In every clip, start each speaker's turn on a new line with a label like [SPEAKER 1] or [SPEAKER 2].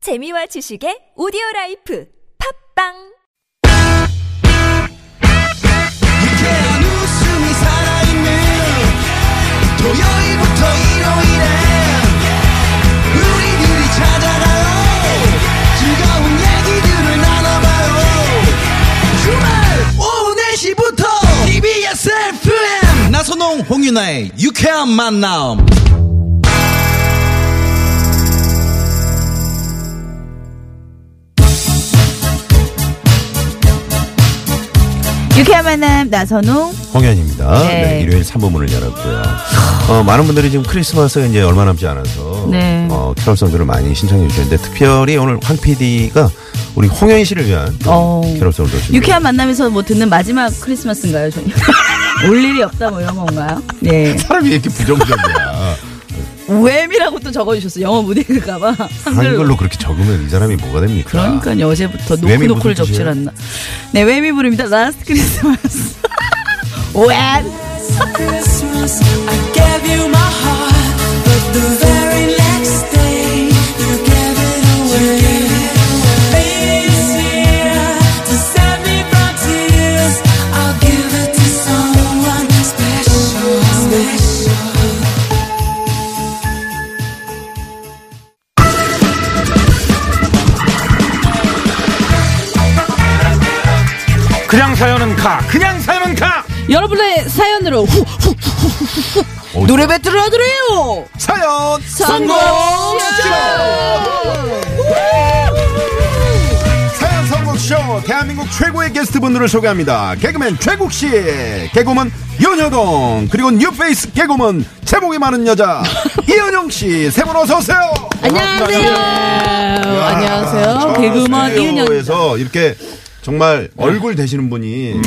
[SPEAKER 1] 재미와 지식의 오디오 라이프 팝빵!
[SPEAKER 2] 유쾌한 웃음이 살아있는 토요일부터 일요일에 우리들이 찾아가요 즐거운 얘기들을 나눠봐요 주말 오후 4시부터 TBS FM 나선홍 홍윤아의 유쾌한 만남
[SPEAKER 3] 유쾌한 만남 나선홍
[SPEAKER 4] 홍현입니다.
[SPEAKER 3] 네.
[SPEAKER 4] 네. 일요일 3부문을 열었고요. 어, 많은 분들이 지금 크리스마스가 이제 얼마 남지 않아서
[SPEAKER 3] 네.
[SPEAKER 4] 어, 캐롤송들을 많이 신청해 주셨는데 특별히 오늘 황 PD가 우리 홍현 씨를 위한
[SPEAKER 3] 어.
[SPEAKER 4] 캐롤송을 준비.
[SPEAKER 3] 유쾌한 만남에서 뭐 듣는 마지막 크리스마스인가요 저희 올 일이 없다 뭐 이런 건가요 예
[SPEAKER 4] 사람이 이렇게 부정적이야.
[SPEAKER 3] 웸이라고 또 적어주셨어 영어 못 읽을까봐
[SPEAKER 4] 한 걸로 그렇게 적으면 이 사람이 뭐가 됩니까?
[SPEAKER 3] 아, 그러니까요 아. 어제부터
[SPEAKER 4] 웸이
[SPEAKER 3] 노크노크를
[SPEAKER 4] 무슨 뜻이에요?
[SPEAKER 3] 적질 않나 네 웸이 부릅니다 라스트 크리스마스 웸
[SPEAKER 5] Christmas, I gave you my heart, but the very next day you gave it away. Baby's here to save me from tears. I'll give it to someone special, special.
[SPEAKER 6] 그냥 사연은 가. 그냥 사연은 가.
[SPEAKER 3] 여러분의 사연으로 후, 후, 후, 후, 후, 후.
[SPEAKER 4] 오,
[SPEAKER 3] 노래 배틀을 하드래요
[SPEAKER 4] 사연
[SPEAKER 3] 성공
[SPEAKER 7] 사연 선곡쇼 대한민국 최고의 게스트분들을 소개합니다. 개그맨 최국씨 개그맨 윤여동 그리고 뉴페이스 개그맨 제목이 많은 여자 이은영씨 세 분 어서오세요
[SPEAKER 3] 안녕하세요 아, 안녕하세요 개그먼 이은영
[SPEAKER 4] 에서 이렇게 정말 얼굴 되시는 분이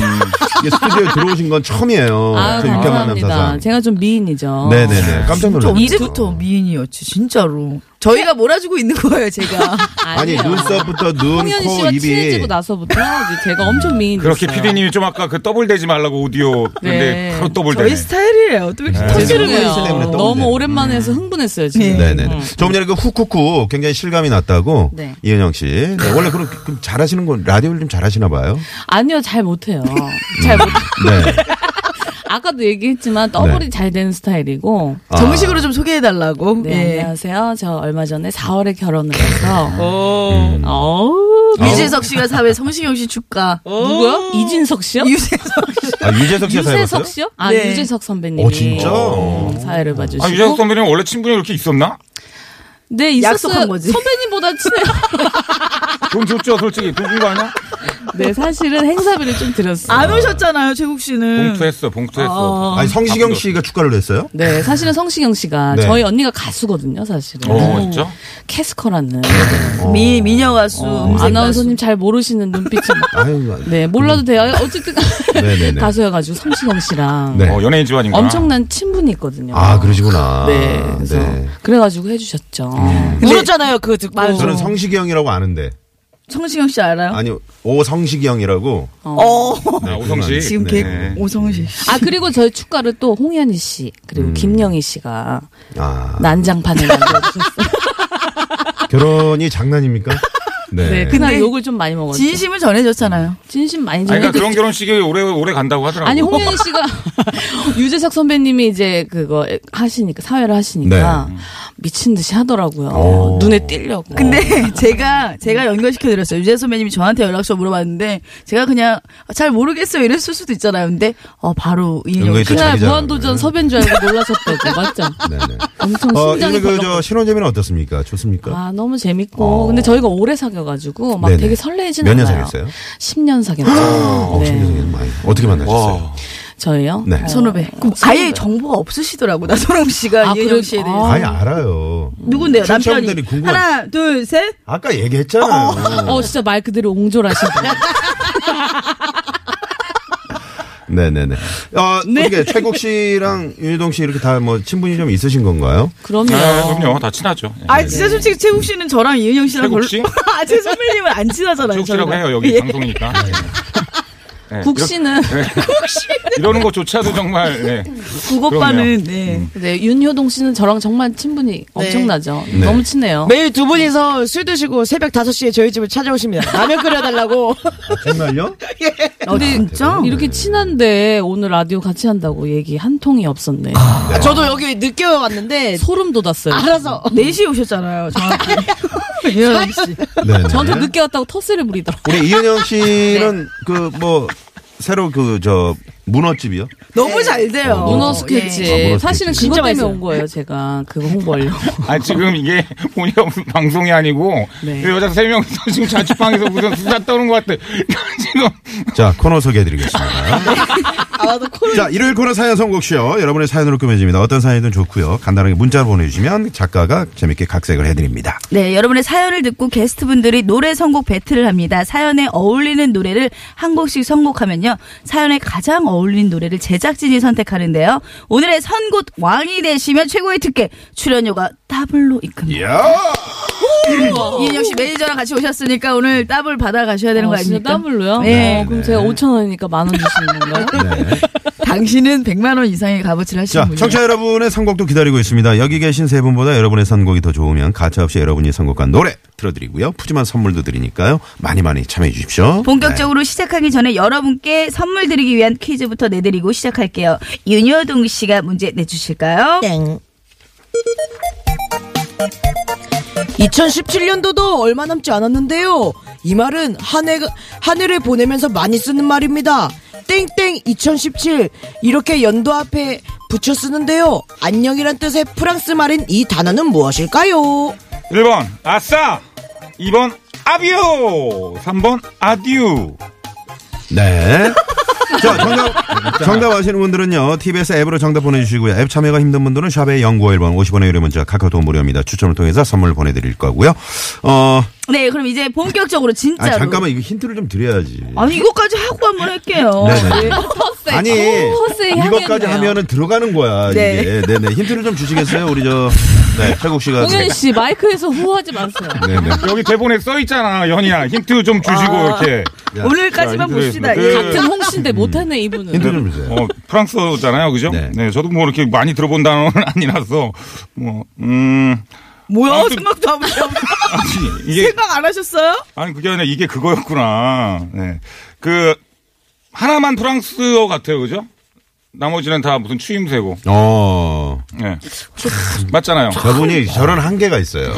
[SPEAKER 4] 이게 스튜디오에 들어오신 건 처음이에요.
[SPEAKER 3] 아,
[SPEAKER 4] 저 유쾌한 만남
[SPEAKER 3] 감사합니다.
[SPEAKER 4] 사상.
[SPEAKER 3] 제가 좀 미인이죠.
[SPEAKER 4] 네네네. 깜짝 놀랐어요.
[SPEAKER 3] 이제부터 미인이었지 진짜로. 저희가 몰아주고 있는 거예요, 제가.
[SPEAKER 4] 아니 눈썹부터 눈,
[SPEAKER 8] 홍현
[SPEAKER 4] 코,
[SPEAKER 8] 씨가 친해지고
[SPEAKER 4] 입이
[SPEAKER 8] 나서부터 이제 제가 엄청 미인.
[SPEAKER 6] 그렇게 피디님이 좀 아까 그 더블 되지 말라고 오디오 근데
[SPEAKER 8] 네.
[SPEAKER 6] 바로 더블
[SPEAKER 3] 저희
[SPEAKER 6] 되네.
[SPEAKER 3] 스타일이에요. 또 이렇게 터지는
[SPEAKER 4] 씨 때문에
[SPEAKER 8] 죄송해요.
[SPEAKER 4] 떠오르네.
[SPEAKER 8] 너무 오랜만에 해서 흥분했어요 지금.
[SPEAKER 4] 네네네. 조금 전에 그 후쿠쿠 굉장히 실감이 났다고
[SPEAKER 8] 네.
[SPEAKER 4] 이은영 씨. 네, 원래 그럼 그럼 잘하시는 건 라디오를 좀 잘하시나 봐요.
[SPEAKER 8] 아니요 잘 못해요. 잘 못.
[SPEAKER 4] 네.
[SPEAKER 8] 아까도 얘기했지만 더블이
[SPEAKER 4] 네.
[SPEAKER 8] 잘 되는 스타일이고.
[SPEAKER 4] 아,
[SPEAKER 3] 정식으로 좀 소개해달라고.
[SPEAKER 8] 네,
[SPEAKER 3] 예.
[SPEAKER 8] 안녕하세요. 저 얼마 전에 4월에 결혼을
[SPEAKER 3] 어.
[SPEAKER 8] 해서.
[SPEAKER 3] 오.
[SPEAKER 8] 어우.
[SPEAKER 3] 유재석 씨가 사회 성시경 씨 축가.
[SPEAKER 8] 누구요? 이진석 씨요?
[SPEAKER 3] 유재석 씨.
[SPEAKER 4] 아, 유재석 씨가
[SPEAKER 8] 유재석
[SPEAKER 4] 사용했어요?
[SPEAKER 8] 씨요? 아
[SPEAKER 3] 네.
[SPEAKER 8] 유재석 선배님이
[SPEAKER 4] 어, 진짜?
[SPEAKER 8] 사회를 봐주시고
[SPEAKER 6] 아, 유재석 선배님 원래 친분이 그렇게 있었나?
[SPEAKER 8] 네 있었어요.
[SPEAKER 3] 약속한 거지.
[SPEAKER 8] 선배님보다 친해요.
[SPEAKER 6] 돈 줬죠, 솔직히. 돈 준 거 아니야?
[SPEAKER 8] 네 사실은 행사비를 좀 드렸어요.
[SPEAKER 3] 안 오셨잖아요, 최국 씨는.
[SPEAKER 6] 봉투했어, 봉투했어.
[SPEAKER 4] 아니 성시경 씨가 축가를 했어요?
[SPEAKER 8] 네, 사실은 성시경 씨가
[SPEAKER 4] 네.
[SPEAKER 8] 저희 언니가 가수거든요, 사실은.
[SPEAKER 6] 어, 진짜?
[SPEAKER 8] 캐스커라는
[SPEAKER 4] 어,
[SPEAKER 3] 미, 미녀 가수. 음색
[SPEAKER 8] 아나운서님 잘 모르시는 눈빛이.
[SPEAKER 4] 아유,
[SPEAKER 8] 네,
[SPEAKER 4] 음.
[SPEAKER 8] 몰라도 돼요. 어쨌든
[SPEAKER 4] 네네네.
[SPEAKER 8] 가수여가지고 성시경 씨랑
[SPEAKER 4] 네.
[SPEAKER 6] 어, 연예인 집안인가?
[SPEAKER 8] 엄청난 친분이 있거든요.
[SPEAKER 4] 아 그러시구나.
[SPEAKER 8] 네, 그래서
[SPEAKER 4] 네.
[SPEAKER 8] 그래가지고 해주셨죠.
[SPEAKER 4] 음.
[SPEAKER 3] 가수. 울었잖아요, 그거 듣고.
[SPEAKER 4] 저는 성시경이라고 아는데
[SPEAKER 3] 성시경 씨 알아요?
[SPEAKER 4] 아니 오성시경이라고.
[SPEAKER 3] 어.
[SPEAKER 6] 아, 오성시.
[SPEAKER 3] 지금
[SPEAKER 4] 네.
[SPEAKER 3] 개, 오성훈 씨.
[SPEAKER 8] 아 그리고 저희 축가를 또 홍현희 씨
[SPEAKER 4] 음.
[SPEAKER 8] 그리고 김영희 씨가
[SPEAKER 4] 아
[SPEAKER 8] 난장판을 만들어주셨어요.
[SPEAKER 4] 결혼이 장난입니까?
[SPEAKER 8] 네, 그날 욕을 좀 많이 먹었죠. 진심,
[SPEAKER 3] 진심을 전해줬잖아요.
[SPEAKER 8] 많이
[SPEAKER 6] 아니, 그러니까
[SPEAKER 8] 줬는데
[SPEAKER 6] 그런 결혼식이 오래, 오래 간다고 하더라고.
[SPEAKER 8] 아니 홍현 씨가 유재석 선배님이 이제 그거 하시니까 사회를 하시니까
[SPEAKER 4] 네.
[SPEAKER 8] 미친 듯이 하더라고요.
[SPEAKER 4] 오.
[SPEAKER 8] 눈에 띄려고.
[SPEAKER 4] 어.
[SPEAKER 8] 어.
[SPEAKER 3] 근데 제가 제가 연결시켜드렸어요. 유재 선배님이 저한테 연락처 물어봤는데 제가 그냥 아, 잘 모르겠어요 이랬을 수도 있잖아요. 근데 어 바로 이인용
[SPEAKER 4] 연결시-
[SPEAKER 3] 씨.
[SPEAKER 8] 그날
[SPEAKER 4] 자기잖아요.
[SPEAKER 8] 무한도전 섭외인 줄 알고 놀라셨다고 맞죠?
[SPEAKER 4] 네네.
[SPEAKER 8] 엄청
[SPEAKER 4] 어,
[SPEAKER 8] 심장이
[SPEAKER 4] 이제 그,
[SPEAKER 8] 벌렁.
[SPEAKER 4] 저, 신혼재미는 어떻습니까? 좋습니까?
[SPEAKER 8] 아 너무 재밌고 근데 저희가 오래 사귀어가지고 막
[SPEAKER 4] 네네.
[SPEAKER 8] 되게 설레진
[SPEAKER 4] 몇년
[SPEAKER 8] 않아요. 네.
[SPEAKER 4] 사귀었어요?
[SPEAKER 8] 10년 사귀었어요.
[SPEAKER 4] 어, 신기하게 많이. 어떻게 만나셨어요?
[SPEAKER 8] 저희요?
[SPEAKER 4] 네.
[SPEAKER 3] 선후배. 그럼 아예 정보가 없으시더라고 나선홍 씨가
[SPEAKER 8] 어, 아,
[SPEAKER 3] 이인용
[SPEAKER 8] 그래요?
[SPEAKER 3] 씨에 대해.
[SPEAKER 8] 아.
[SPEAKER 3] 서
[SPEAKER 4] 아예 알아요.
[SPEAKER 3] 누군데요? 남편이.
[SPEAKER 4] 청취자분들이 궁금한-
[SPEAKER 3] 하나 둘 셋.
[SPEAKER 4] 아까 얘기했잖아요.
[SPEAKER 8] 어 진짜 말 그대로 옹졸하시다.
[SPEAKER 4] 네네네. 어, 게 최국 씨랑 윤희동 씨 이렇게 다 뭐 친분이 좀 있으신 건가요?
[SPEAKER 8] 그럼요.
[SPEAKER 6] 아, 그럼요. 다 친하죠. 예.
[SPEAKER 3] 아 진짜 솔직히 최국 씨는 저랑 이은영 씨랑
[SPEAKER 6] 최국 씨?
[SPEAKER 3] 아제 선배님은 안 친하잖아요.
[SPEAKER 6] 최국 씨라고
[SPEAKER 3] 저희가.
[SPEAKER 6] 해요, 여기
[SPEAKER 3] 예.
[SPEAKER 6] 방송이니까. 네,
[SPEAKER 8] 국씨는
[SPEAKER 6] 이러는 것조차도 정말 네.
[SPEAKER 3] 국오빠는 네.
[SPEAKER 6] 음.
[SPEAKER 8] 네, 윤효동 씨는 저랑 정말
[SPEAKER 9] 네.
[SPEAKER 8] 친분이 엄청나죠. 너무 친해요.
[SPEAKER 9] 매일 두 분이서 술 드시고 새벽 5시에 저희 집을 찾아오십니다. 라면 끓여달라고.
[SPEAKER 4] 정말요?
[SPEAKER 9] 네,
[SPEAKER 8] 근데
[SPEAKER 3] 진짜?
[SPEAKER 8] 이렇게 친한데 오늘 라디오 같이 한다고 얘기 한 통이 아, 없었네.
[SPEAKER 9] 저도 여기 늦게 왔는데
[SPEAKER 8] 소름 돋았어요.
[SPEAKER 9] 알아서
[SPEAKER 3] 4시에 오셨잖아요, 정확히. 이현영 씨.
[SPEAKER 4] 네.
[SPEAKER 8] 저한테 늦게 왔다고 텃세를 부리더라고.
[SPEAKER 4] 우리
[SPEAKER 3] 네.
[SPEAKER 4] 이은영 씨는 그 뭐 새로 그 저 문어집이요?
[SPEAKER 3] 네. 너무 잘 돼요.
[SPEAKER 8] 문어 예. 스케치.
[SPEAKER 4] 아, 문어
[SPEAKER 8] 사실은
[SPEAKER 4] 스케치.
[SPEAKER 9] 진짜
[SPEAKER 8] 그것 때문에
[SPEAKER 9] 맛있어요.
[SPEAKER 8] 온 거예요, 제가. 그거 홍보하려고.
[SPEAKER 6] 아 지금 이게 본의 없는 방송이 아니고 그
[SPEAKER 8] 네.
[SPEAKER 6] 여자 세 명이서 지금 자취방에서 무슨 수다 떠는 것 같아. 지금
[SPEAKER 4] 자 코너 소개해드리겠습니다. 자 일요일 코너 사연 선곡쇼 여러분의 사연으로 꾸며집니다. 어떤 사연이든 좋고요. 간단하게 문자로 보내주시면 작가가 재밌게 각색을 해드립니다.
[SPEAKER 3] 네, 여러분의 사연을 듣고 게스트분들이 노래 선곡 배틀을 합니다. 사연에 어울리는 노래를 한 곡씩 선곡하면요. 사연에 가장 어울리는 노래를 제작진이 선택하는데요. 오늘의 선곡 왕이 되시면 최고의 특혜 출연료가 더블로
[SPEAKER 6] 예.
[SPEAKER 3] 입금니다.
[SPEAKER 4] 이야!
[SPEAKER 3] 이인혁 씨 매니저랑 같이 오셨으니까 오늘 더블 받아 가셔야 되는
[SPEAKER 8] 어,
[SPEAKER 3] 거
[SPEAKER 8] 진짜
[SPEAKER 3] 아닙니까?
[SPEAKER 8] 땀을로요?
[SPEAKER 3] 네.
[SPEAKER 8] 어, 그럼 제가 5천 원이니까 만 원 주시는 건가요?
[SPEAKER 9] 네,
[SPEAKER 3] 당신은 100만 원 이상의 값어치를 하시는
[SPEAKER 4] 자,
[SPEAKER 3] 분이에요.
[SPEAKER 4] 청취자 여러분의 선곡도 기다리고 있습니다. 여기 계신 세 분보다 여러분의 선곡이 더 좋으면 가차없이 여러분이 선곡한 노래 틀어드리고요. 푸짐한 선물도 드리니까요. 많이 많이 참여해 주십시오. 네.
[SPEAKER 3] 본격적으로 시작하기 전에 여러분께 선물 드리기 위한 퀴즈부터 내드리고 시작할게요. 윤여동 씨가 문제 내주실까요?
[SPEAKER 9] 땡. 2017년도도 얼마 남지 않았는데요. 이 말은 한 해, 한 해를 보내면서 많이 쓰는 말입니다. 땡땡 2017. 이렇게 연도 앞에 붙여 쓰는데요. 안녕이란 뜻의 프랑스 말인 이 단어는 무엇일까요?
[SPEAKER 6] 1번 아싸 2번 아비오 3번 아듀
[SPEAKER 4] 네. 자, 정답, 정답 아시는 분들은요, TBS 앱으로 정답 보내주시고요. 앱 참여가 힘든 분들은 샵의 0951번 50원의 유료 문자 카카오톡 무료입니다. 추첨을 통해서 선물 보내드릴 거고요. 어,
[SPEAKER 3] 네, 그럼 이제 본격적으로
[SPEAKER 4] 아니,
[SPEAKER 3] 진짜로.
[SPEAKER 4] 잠깐만, 이거 힌트를 좀 드려야지.
[SPEAKER 3] 아니, 어, 이거까지 하고 한번 할게요.
[SPEAKER 4] 네네. 아니,
[SPEAKER 8] 텃세 어, 향이었네요.
[SPEAKER 4] 이것까지 하면은 들어가는 거야,
[SPEAKER 3] 네.
[SPEAKER 4] 이게. 네네. 힌트를 좀 주시겠어요? 우리 저, 네, 최국 씨가.
[SPEAKER 8] 홍현 씨 마이크에서 후하지 마세요.
[SPEAKER 4] 네네.
[SPEAKER 6] 여기 대본에 써 있잖아 연희야 힌트 좀 주시고 이렇게 그
[SPEAKER 3] 오늘까지만
[SPEAKER 6] 자,
[SPEAKER 3] 아, 봅시다.
[SPEAKER 6] 힘들어요.
[SPEAKER 3] 예.
[SPEAKER 8] 같은 홍씨인데 못하네 이분은.
[SPEAKER 4] 힌트 좀 주세요.
[SPEAKER 6] 어, 프랑스어잖아요 그죠?
[SPEAKER 4] 네.
[SPEAKER 6] 네. 저도 뭐 이렇게 많이 들어본 단어는 아니라서 뭐음
[SPEAKER 3] 뭐야,
[SPEAKER 6] 아무튼-
[SPEAKER 3] 생각도 안 하고.
[SPEAKER 6] 아니 이게
[SPEAKER 3] 생각 안 하셨어요?
[SPEAKER 6] 아니 그게 아니라 이게 그거였구나 네그 하나만 프랑스어 같아요 그죠? 나머지는 다 무슨 추임새고
[SPEAKER 4] 어.
[SPEAKER 6] 네. 맞잖아요
[SPEAKER 4] 저분이 저런 한계가 있어요.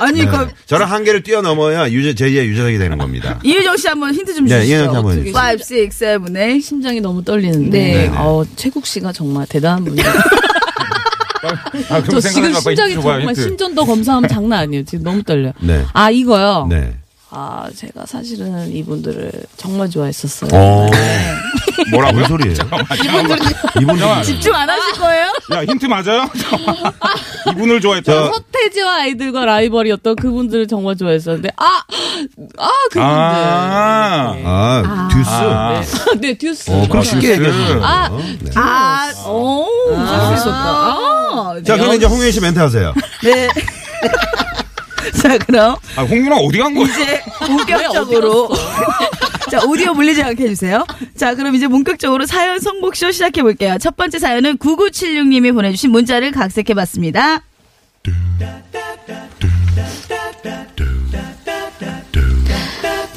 [SPEAKER 3] 아니, 그,
[SPEAKER 4] 네. 저런 한계를 뛰어넘어야 유재, 제2의 유재석이 되는 겁니다.
[SPEAKER 3] 이유정 씨 한번 힌트 좀
[SPEAKER 4] 네,
[SPEAKER 3] 주시죠.
[SPEAKER 4] 이은영 씨 한번
[SPEAKER 3] 어떻게-
[SPEAKER 4] 해주세요.
[SPEAKER 3] 5, 6, 7, 8.
[SPEAKER 8] 심장이 너무
[SPEAKER 3] 네.
[SPEAKER 8] 떨리는데 어, 최국 씨가 정말 대단한 분이에요.
[SPEAKER 6] 아,
[SPEAKER 8] 저
[SPEAKER 6] 그럼
[SPEAKER 8] 지금
[SPEAKER 6] 생각해봐봐.
[SPEAKER 8] 심장이
[SPEAKER 6] 힌트 줘봐요,
[SPEAKER 8] 정말
[SPEAKER 6] 힌트.
[SPEAKER 8] 심전도 검사하면 장난 아니에요. 지금 너무 떨려.
[SPEAKER 4] 네.
[SPEAKER 8] 아 이거요.
[SPEAKER 4] 네.
[SPEAKER 8] 아 제가 사실은 이분들을 정말 좋아했었어요.
[SPEAKER 4] 어.
[SPEAKER 6] 뭐라고요?
[SPEAKER 4] 뭔 소리예요? 이분들
[SPEAKER 3] 집중 안 하실 거예요?
[SPEAKER 6] 야 힌트 맞아요? 이분을 좋아했다.
[SPEAKER 8] 서태지와 아이들과 라이벌이었던 그분들을 정말 좋아했었는데 아아 그분들.
[SPEAKER 6] 아.
[SPEAKER 4] 아, 듀스.
[SPEAKER 6] 아.
[SPEAKER 8] 네 듀스.
[SPEAKER 4] 어, 그럼 쉽게 얘기해 주세요.
[SPEAKER 8] 아.
[SPEAKER 4] 네.
[SPEAKER 3] 아, 오, 아, 아,
[SPEAKER 4] 자, 그럼 이제 홍윤 씨 멘트 하세요.
[SPEAKER 3] 네. 자, 그럼
[SPEAKER 6] 아, 홍윤아 어디 간 거야?
[SPEAKER 3] 이제 본격적으로 자 오디오 물리지 않게 해주세요. 자 그럼 이제 본격적으로 사연 선곡쇼 시작해 볼게요. 첫 번째 사연은 9976님이 보내주신 문자를 각색해봤습니다.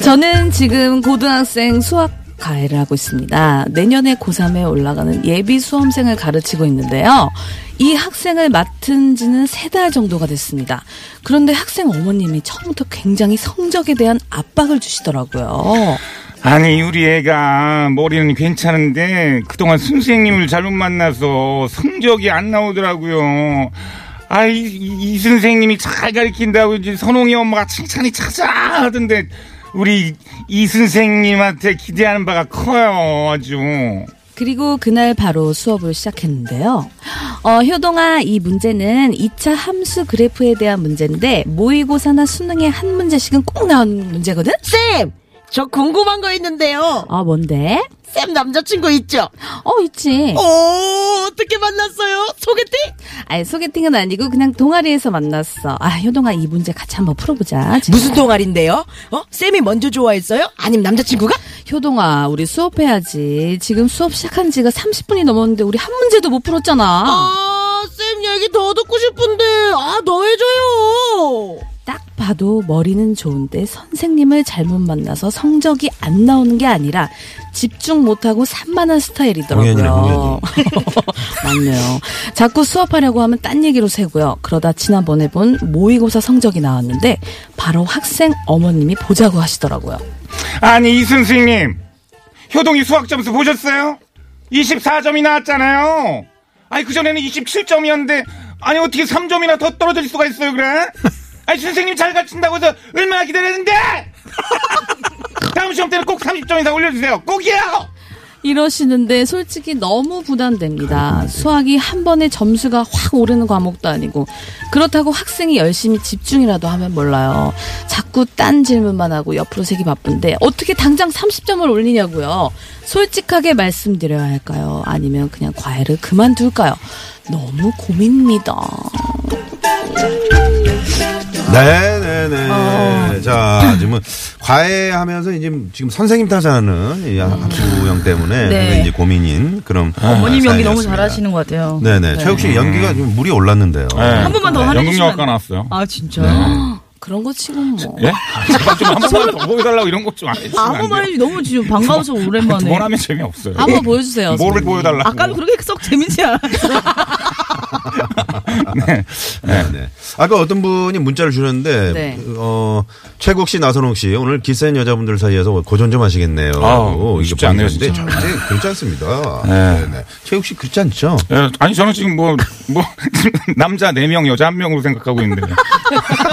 [SPEAKER 8] 저는 지금 고등학생 수학 과외를 하고 있습니다. 내년에 고3에 올라가는 예비 수험생을 가르치고 있는데요. 이 학생을 맡은 지는 세 달 정도가 됐습니다. 그런데 학생 어머님이 처음부터 굉장히 성적에 대한 압박을 주시더라고요.
[SPEAKER 6] 아니, 우리 애가 머리는 괜찮은데 그동안 선생님을 잘못 만나서 성적이 안 나오더라고요. 아, 이, 이- 이 선생님이 잘 가르친다고 이제 선홍이 엄마가 칭찬이 찾아하던데 우리 이 선생님한테 기대하는 바가 커요, 아주.
[SPEAKER 8] 그리고 그날 바로 수업을 시작했는데요. 어, 효동아, 이 문제는 2차 함수 그래프에 대한 문제인데, 모의고사나 수능에 한 문제씩은 꼭 나오는 문제거든?
[SPEAKER 9] 쌤! 저 궁금한 거 있는데요.
[SPEAKER 8] 아, 뭔데?
[SPEAKER 9] 쌤 남자친구 있죠?
[SPEAKER 8] 어, 있지.
[SPEAKER 9] 오, 어떻게 만났어요? 소개팅?
[SPEAKER 8] 아니, 소개팅은 아니고 그냥 동아리에서 만났어. 아, 효동아, 이 문제 같이 한번 풀어보자. 진짜.
[SPEAKER 9] 무슨 동아리인데요? 어? 쌤이 먼저 좋아했어요? 아님 남자친구가?
[SPEAKER 8] 효동아, 우리 수업해야지. 지금 수업 시작한 지가 30분이 넘었는데 우리 한 문제도 못 풀었잖아.
[SPEAKER 9] 아, 쌤 얘기 더 듣고 싶은데, 아, 너 해줘요!
[SPEAKER 8] 딱 봐도 머리는 좋은데 선생님을 잘못 만나서 성적이 안 나오는 게 아니라 집중 못하고
[SPEAKER 4] 공연이네,
[SPEAKER 8] 산만한 스타일이더라고요. 맞네요. 자꾸 수업하려고 하면 딴 얘기로 새고요. 그러다 지난번에 본 모의고사 성적이 나왔는데 바로 학생 어머님이 보자고 하시더라고요.
[SPEAKER 6] 아니 이 선생님 효동이 수학 점수 보셨어요? 24점이 나왔잖아요 아니 그전에는 27점이었는데 아니 어떻게 3점이나 더 떨어질 수가 있어요 그래? 아니 선생님 잘 가르친다고 해서 얼마나 기다렸는데 다음 시험 때는 꼭 30점 이상 올려주세요 꼭이요
[SPEAKER 8] 이러시는데 솔직히 너무 부담됩니다. 수학이 한 번에 점수가 확 오르는 과목도 아니고 그렇다고 학생이 열심히 집중이라도 하면 몰라요. 자꾸 딴 질문만 하고 옆으로 새기 바쁜데 어떻게 당장 30점을 올리냐고요. 솔직하게 말씀드려야 할까요? 아니면 그냥 과외를 그만둘까요? 너무 고민입니다.
[SPEAKER 4] 네네네. 자, 지금 과외하면서 이제 지금 선생님 탓하는 이 학부형 때문에
[SPEAKER 3] 네.
[SPEAKER 4] 상당히 이제 고민인 그런
[SPEAKER 3] 어머님 연기 너무
[SPEAKER 4] 사연이었습니다.
[SPEAKER 3] 잘하시는 것 같아요.
[SPEAKER 4] 아, 네네. 최욱 씨 연기가 좀 물이 올랐는데요.
[SPEAKER 3] 한 번만 더
[SPEAKER 6] 네,
[SPEAKER 3] 화내주시면
[SPEAKER 6] 연극영화과
[SPEAKER 3] 안-
[SPEAKER 6] 나왔어요
[SPEAKER 3] 아 진짜.
[SPEAKER 4] 네.
[SPEAKER 8] 그런 거 치고 뭐.
[SPEAKER 6] 예? 아, 제발 좀한 번만 더 보여달라고 이런 것 좀 안 해주시면
[SPEAKER 3] 아무
[SPEAKER 6] 안 돼요?
[SPEAKER 3] 말이 너무 지금 반가워서 오랜만에.
[SPEAKER 6] 뭘 하면 재미없어요
[SPEAKER 8] 한번 보여주세요.
[SPEAKER 6] 뭐를 보여달라고
[SPEAKER 3] 아까 그렇게 썩 재밌지 그 않았어.
[SPEAKER 4] 네네. 아까 어떤 분이 문자를 주셨는데,
[SPEAKER 8] 네.
[SPEAKER 4] 어, 최국 씨, 나선홍 씨, 오늘 기센 여자분들 사이에서 뭐 고전 좀 하시겠네요.
[SPEAKER 6] 아우, 쉽지 않네요,
[SPEAKER 4] 근데
[SPEAKER 6] 진짜.
[SPEAKER 4] 절대 그렇지 않습니다.
[SPEAKER 6] 네.
[SPEAKER 4] 네. 네 최국 씨 그렇지 않죠?
[SPEAKER 6] 예, 아니 저는 지금 뭐 뭐 남자 4명 여자 1명으로 생각하고 있는데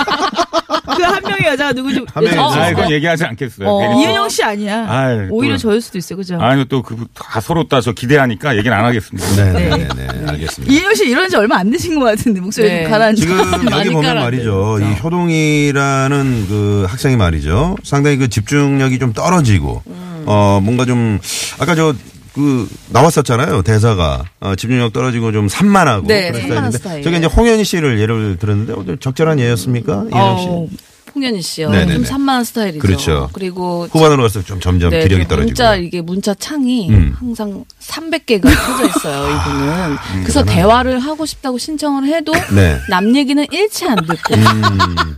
[SPEAKER 3] 그 한 명의 여자가 누구지?
[SPEAKER 4] 한 명의
[SPEAKER 3] 어,
[SPEAKER 4] 여자.
[SPEAKER 6] 아,
[SPEAKER 3] 어,
[SPEAKER 6] 이건 얘기하지 않겠어요.
[SPEAKER 3] 어, 예.
[SPEAKER 6] 괜히-
[SPEAKER 3] 이은영 씨 아니야.
[SPEAKER 6] 아이,
[SPEAKER 3] 오히려
[SPEAKER 6] 또-
[SPEAKER 3] 저일 수도 있어, 그죠?
[SPEAKER 6] 아니, 또, 그, 다 서로 다 저 기대하니까 얘기는 안 하겠습니다.
[SPEAKER 4] 네네네. 알겠습니다.
[SPEAKER 3] 이은영 씨 이런 지 얼마 안 되신 것 같은데 목소리
[SPEAKER 8] 네.
[SPEAKER 3] 좀 가라앉아.
[SPEAKER 4] 지금 여기
[SPEAKER 8] 많이 그렇죠.
[SPEAKER 4] 보면
[SPEAKER 8] 깔아야
[SPEAKER 4] 말이죠. 이 효동이라는 그 학생이 말이죠. 상당히 그 집중력이 좀 떨어지고,
[SPEAKER 8] 음.
[SPEAKER 4] 어, 뭔가 좀, 아까 저, 그 나왔었잖아요 대사가 어, 집중력 떨어지고 좀 산만하고
[SPEAKER 8] 네,
[SPEAKER 4] 그런
[SPEAKER 8] 산만한
[SPEAKER 4] 스타일인데
[SPEAKER 8] 스타일.
[SPEAKER 4] 저게 이제 홍현희 씨를 예를 들었는데 오늘 적절한 예였습니까
[SPEAKER 8] 음.
[SPEAKER 4] 이현 씨
[SPEAKER 3] 어,
[SPEAKER 8] 홍현희 씨요.
[SPEAKER 4] 네네네.
[SPEAKER 8] 좀 산만한 스타일이죠.
[SPEAKER 4] 그렇죠.
[SPEAKER 8] 그리고
[SPEAKER 4] 후반으로 갈수록 좀 점점
[SPEAKER 8] 네,
[SPEAKER 4] 기력이
[SPEAKER 8] 그 문자
[SPEAKER 4] 떨어지고
[SPEAKER 8] 이게 문자 창이
[SPEAKER 4] 음. 아,
[SPEAKER 8] 항상 300개가 켜져 있어요. 이분은 그래서 대화를 하고 싶다고 신청을 해도
[SPEAKER 4] 네. 음.
[SPEAKER 8] 남 얘기는 일치 안 듣고 네.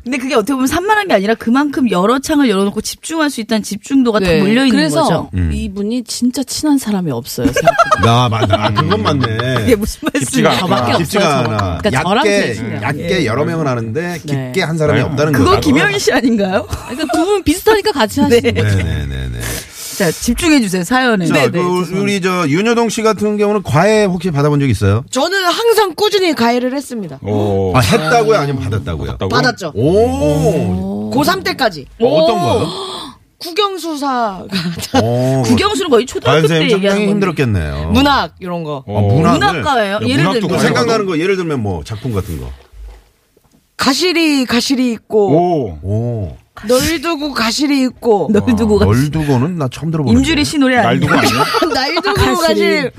[SPEAKER 3] 근데 그게 어떻게 보면 산만한 게 아니라 그만큼 여러 창을 열어놓고 집중할 수 있다는 집중도가 다
[SPEAKER 8] 네,
[SPEAKER 3] 몰려 있는
[SPEAKER 8] 그래서
[SPEAKER 3] 거죠.
[SPEAKER 4] 음.
[SPEAKER 8] 이분이 진짜 친한 사람이 없어요. 생각보다.
[SPEAKER 4] 나 맞다 아, 그건
[SPEAKER 3] 이게
[SPEAKER 4] 맞네
[SPEAKER 3] 무슨 말씀이에요?
[SPEAKER 6] 깊지가
[SPEAKER 4] 아,
[SPEAKER 6] 않다.
[SPEAKER 8] 저밖에 없어요.
[SPEAKER 4] 쉽지가
[SPEAKER 8] 저밖에.
[SPEAKER 4] 않아
[SPEAKER 8] 그러니까 저랑 제일
[SPEAKER 4] 얕게
[SPEAKER 8] 친해요.
[SPEAKER 4] 얕게 여러 명은 하는데
[SPEAKER 8] 네.
[SPEAKER 4] 깊게 한 사람이
[SPEAKER 6] 네.
[SPEAKER 4] 없다는 거죠
[SPEAKER 3] 그건 김영희 씨 아닌가요? 네.
[SPEAKER 8] 그러니까 두 분 비슷하니까 같이 하시는 거예요.
[SPEAKER 4] 네네네네
[SPEAKER 3] 자 집중해 주세요 네, 사연에.
[SPEAKER 4] 자, 그 우리 저 윤여동 씨 같은 경우는 과외 혹시 받아본 적 있어요?
[SPEAKER 9] 저는 항상 꾸준히 가해를 했습니다.
[SPEAKER 6] 오.
[SPEAKER 4] 아, 했다고요? 아니면 받았다고요?
[SPEAKER 6] 맞다고?
[SPEAKER 9] 받았죠.
[SPEAKER 4] 오,
[SPEAKER 9] 고3 때까지.
[SPEAKER 4] 어, 어떤 거요?
[SPEAKER 9] 국영수사,
[SPEAKER 4] 오,
[SPEAKER 3] 구경수는 거의 초등학교
[SPEAKER 4] 과외
[SPEAKER 3] 때
[SPEAKER 4] 선생님
[SPEAKER 3] 얘기하는
[SPEAKER 4] 상당히
[SPEAKER 3] 건데.
[SPEAKER 4] 힘들었겠네요.
[SPEAKER 9] 문학, 이런 거.
[SPEAKER 6] 어.
[SPEAKER 4] 아, 문학을.
[SPEAKER 3] 문학과예요.
[SPEAKER 6] 야,
[SPEAKER 3] 예를
[SPEAKER 6] 문학도
[SPEAKER 4] 또
[SPEAKER 3] 들면
[SPEAKER 6] 과외.
[SPEAKER 4] 생각나는 거 예를 들면 뭐 작품 같은 거.
[SPEAKER 9] 가시리, 가시리 있고,
[SPEAKER 6] 오.
[SPEAKER 4] 오,
[SPEAKER 9] 널 두고 가시리 있고,
[SPEAKER 3] 널 두고 가.
[SPEAKER 4] 널 두고는 나 처음 들어보는.
[SPEAKER 3] 임주리 씨 노래
[SPEAKER 6] 날
[SPEAKER 3] 아니에요?
[SPEAKER 6] 두고 아니야?
[SPEAKER 9] 날 두고 가시리.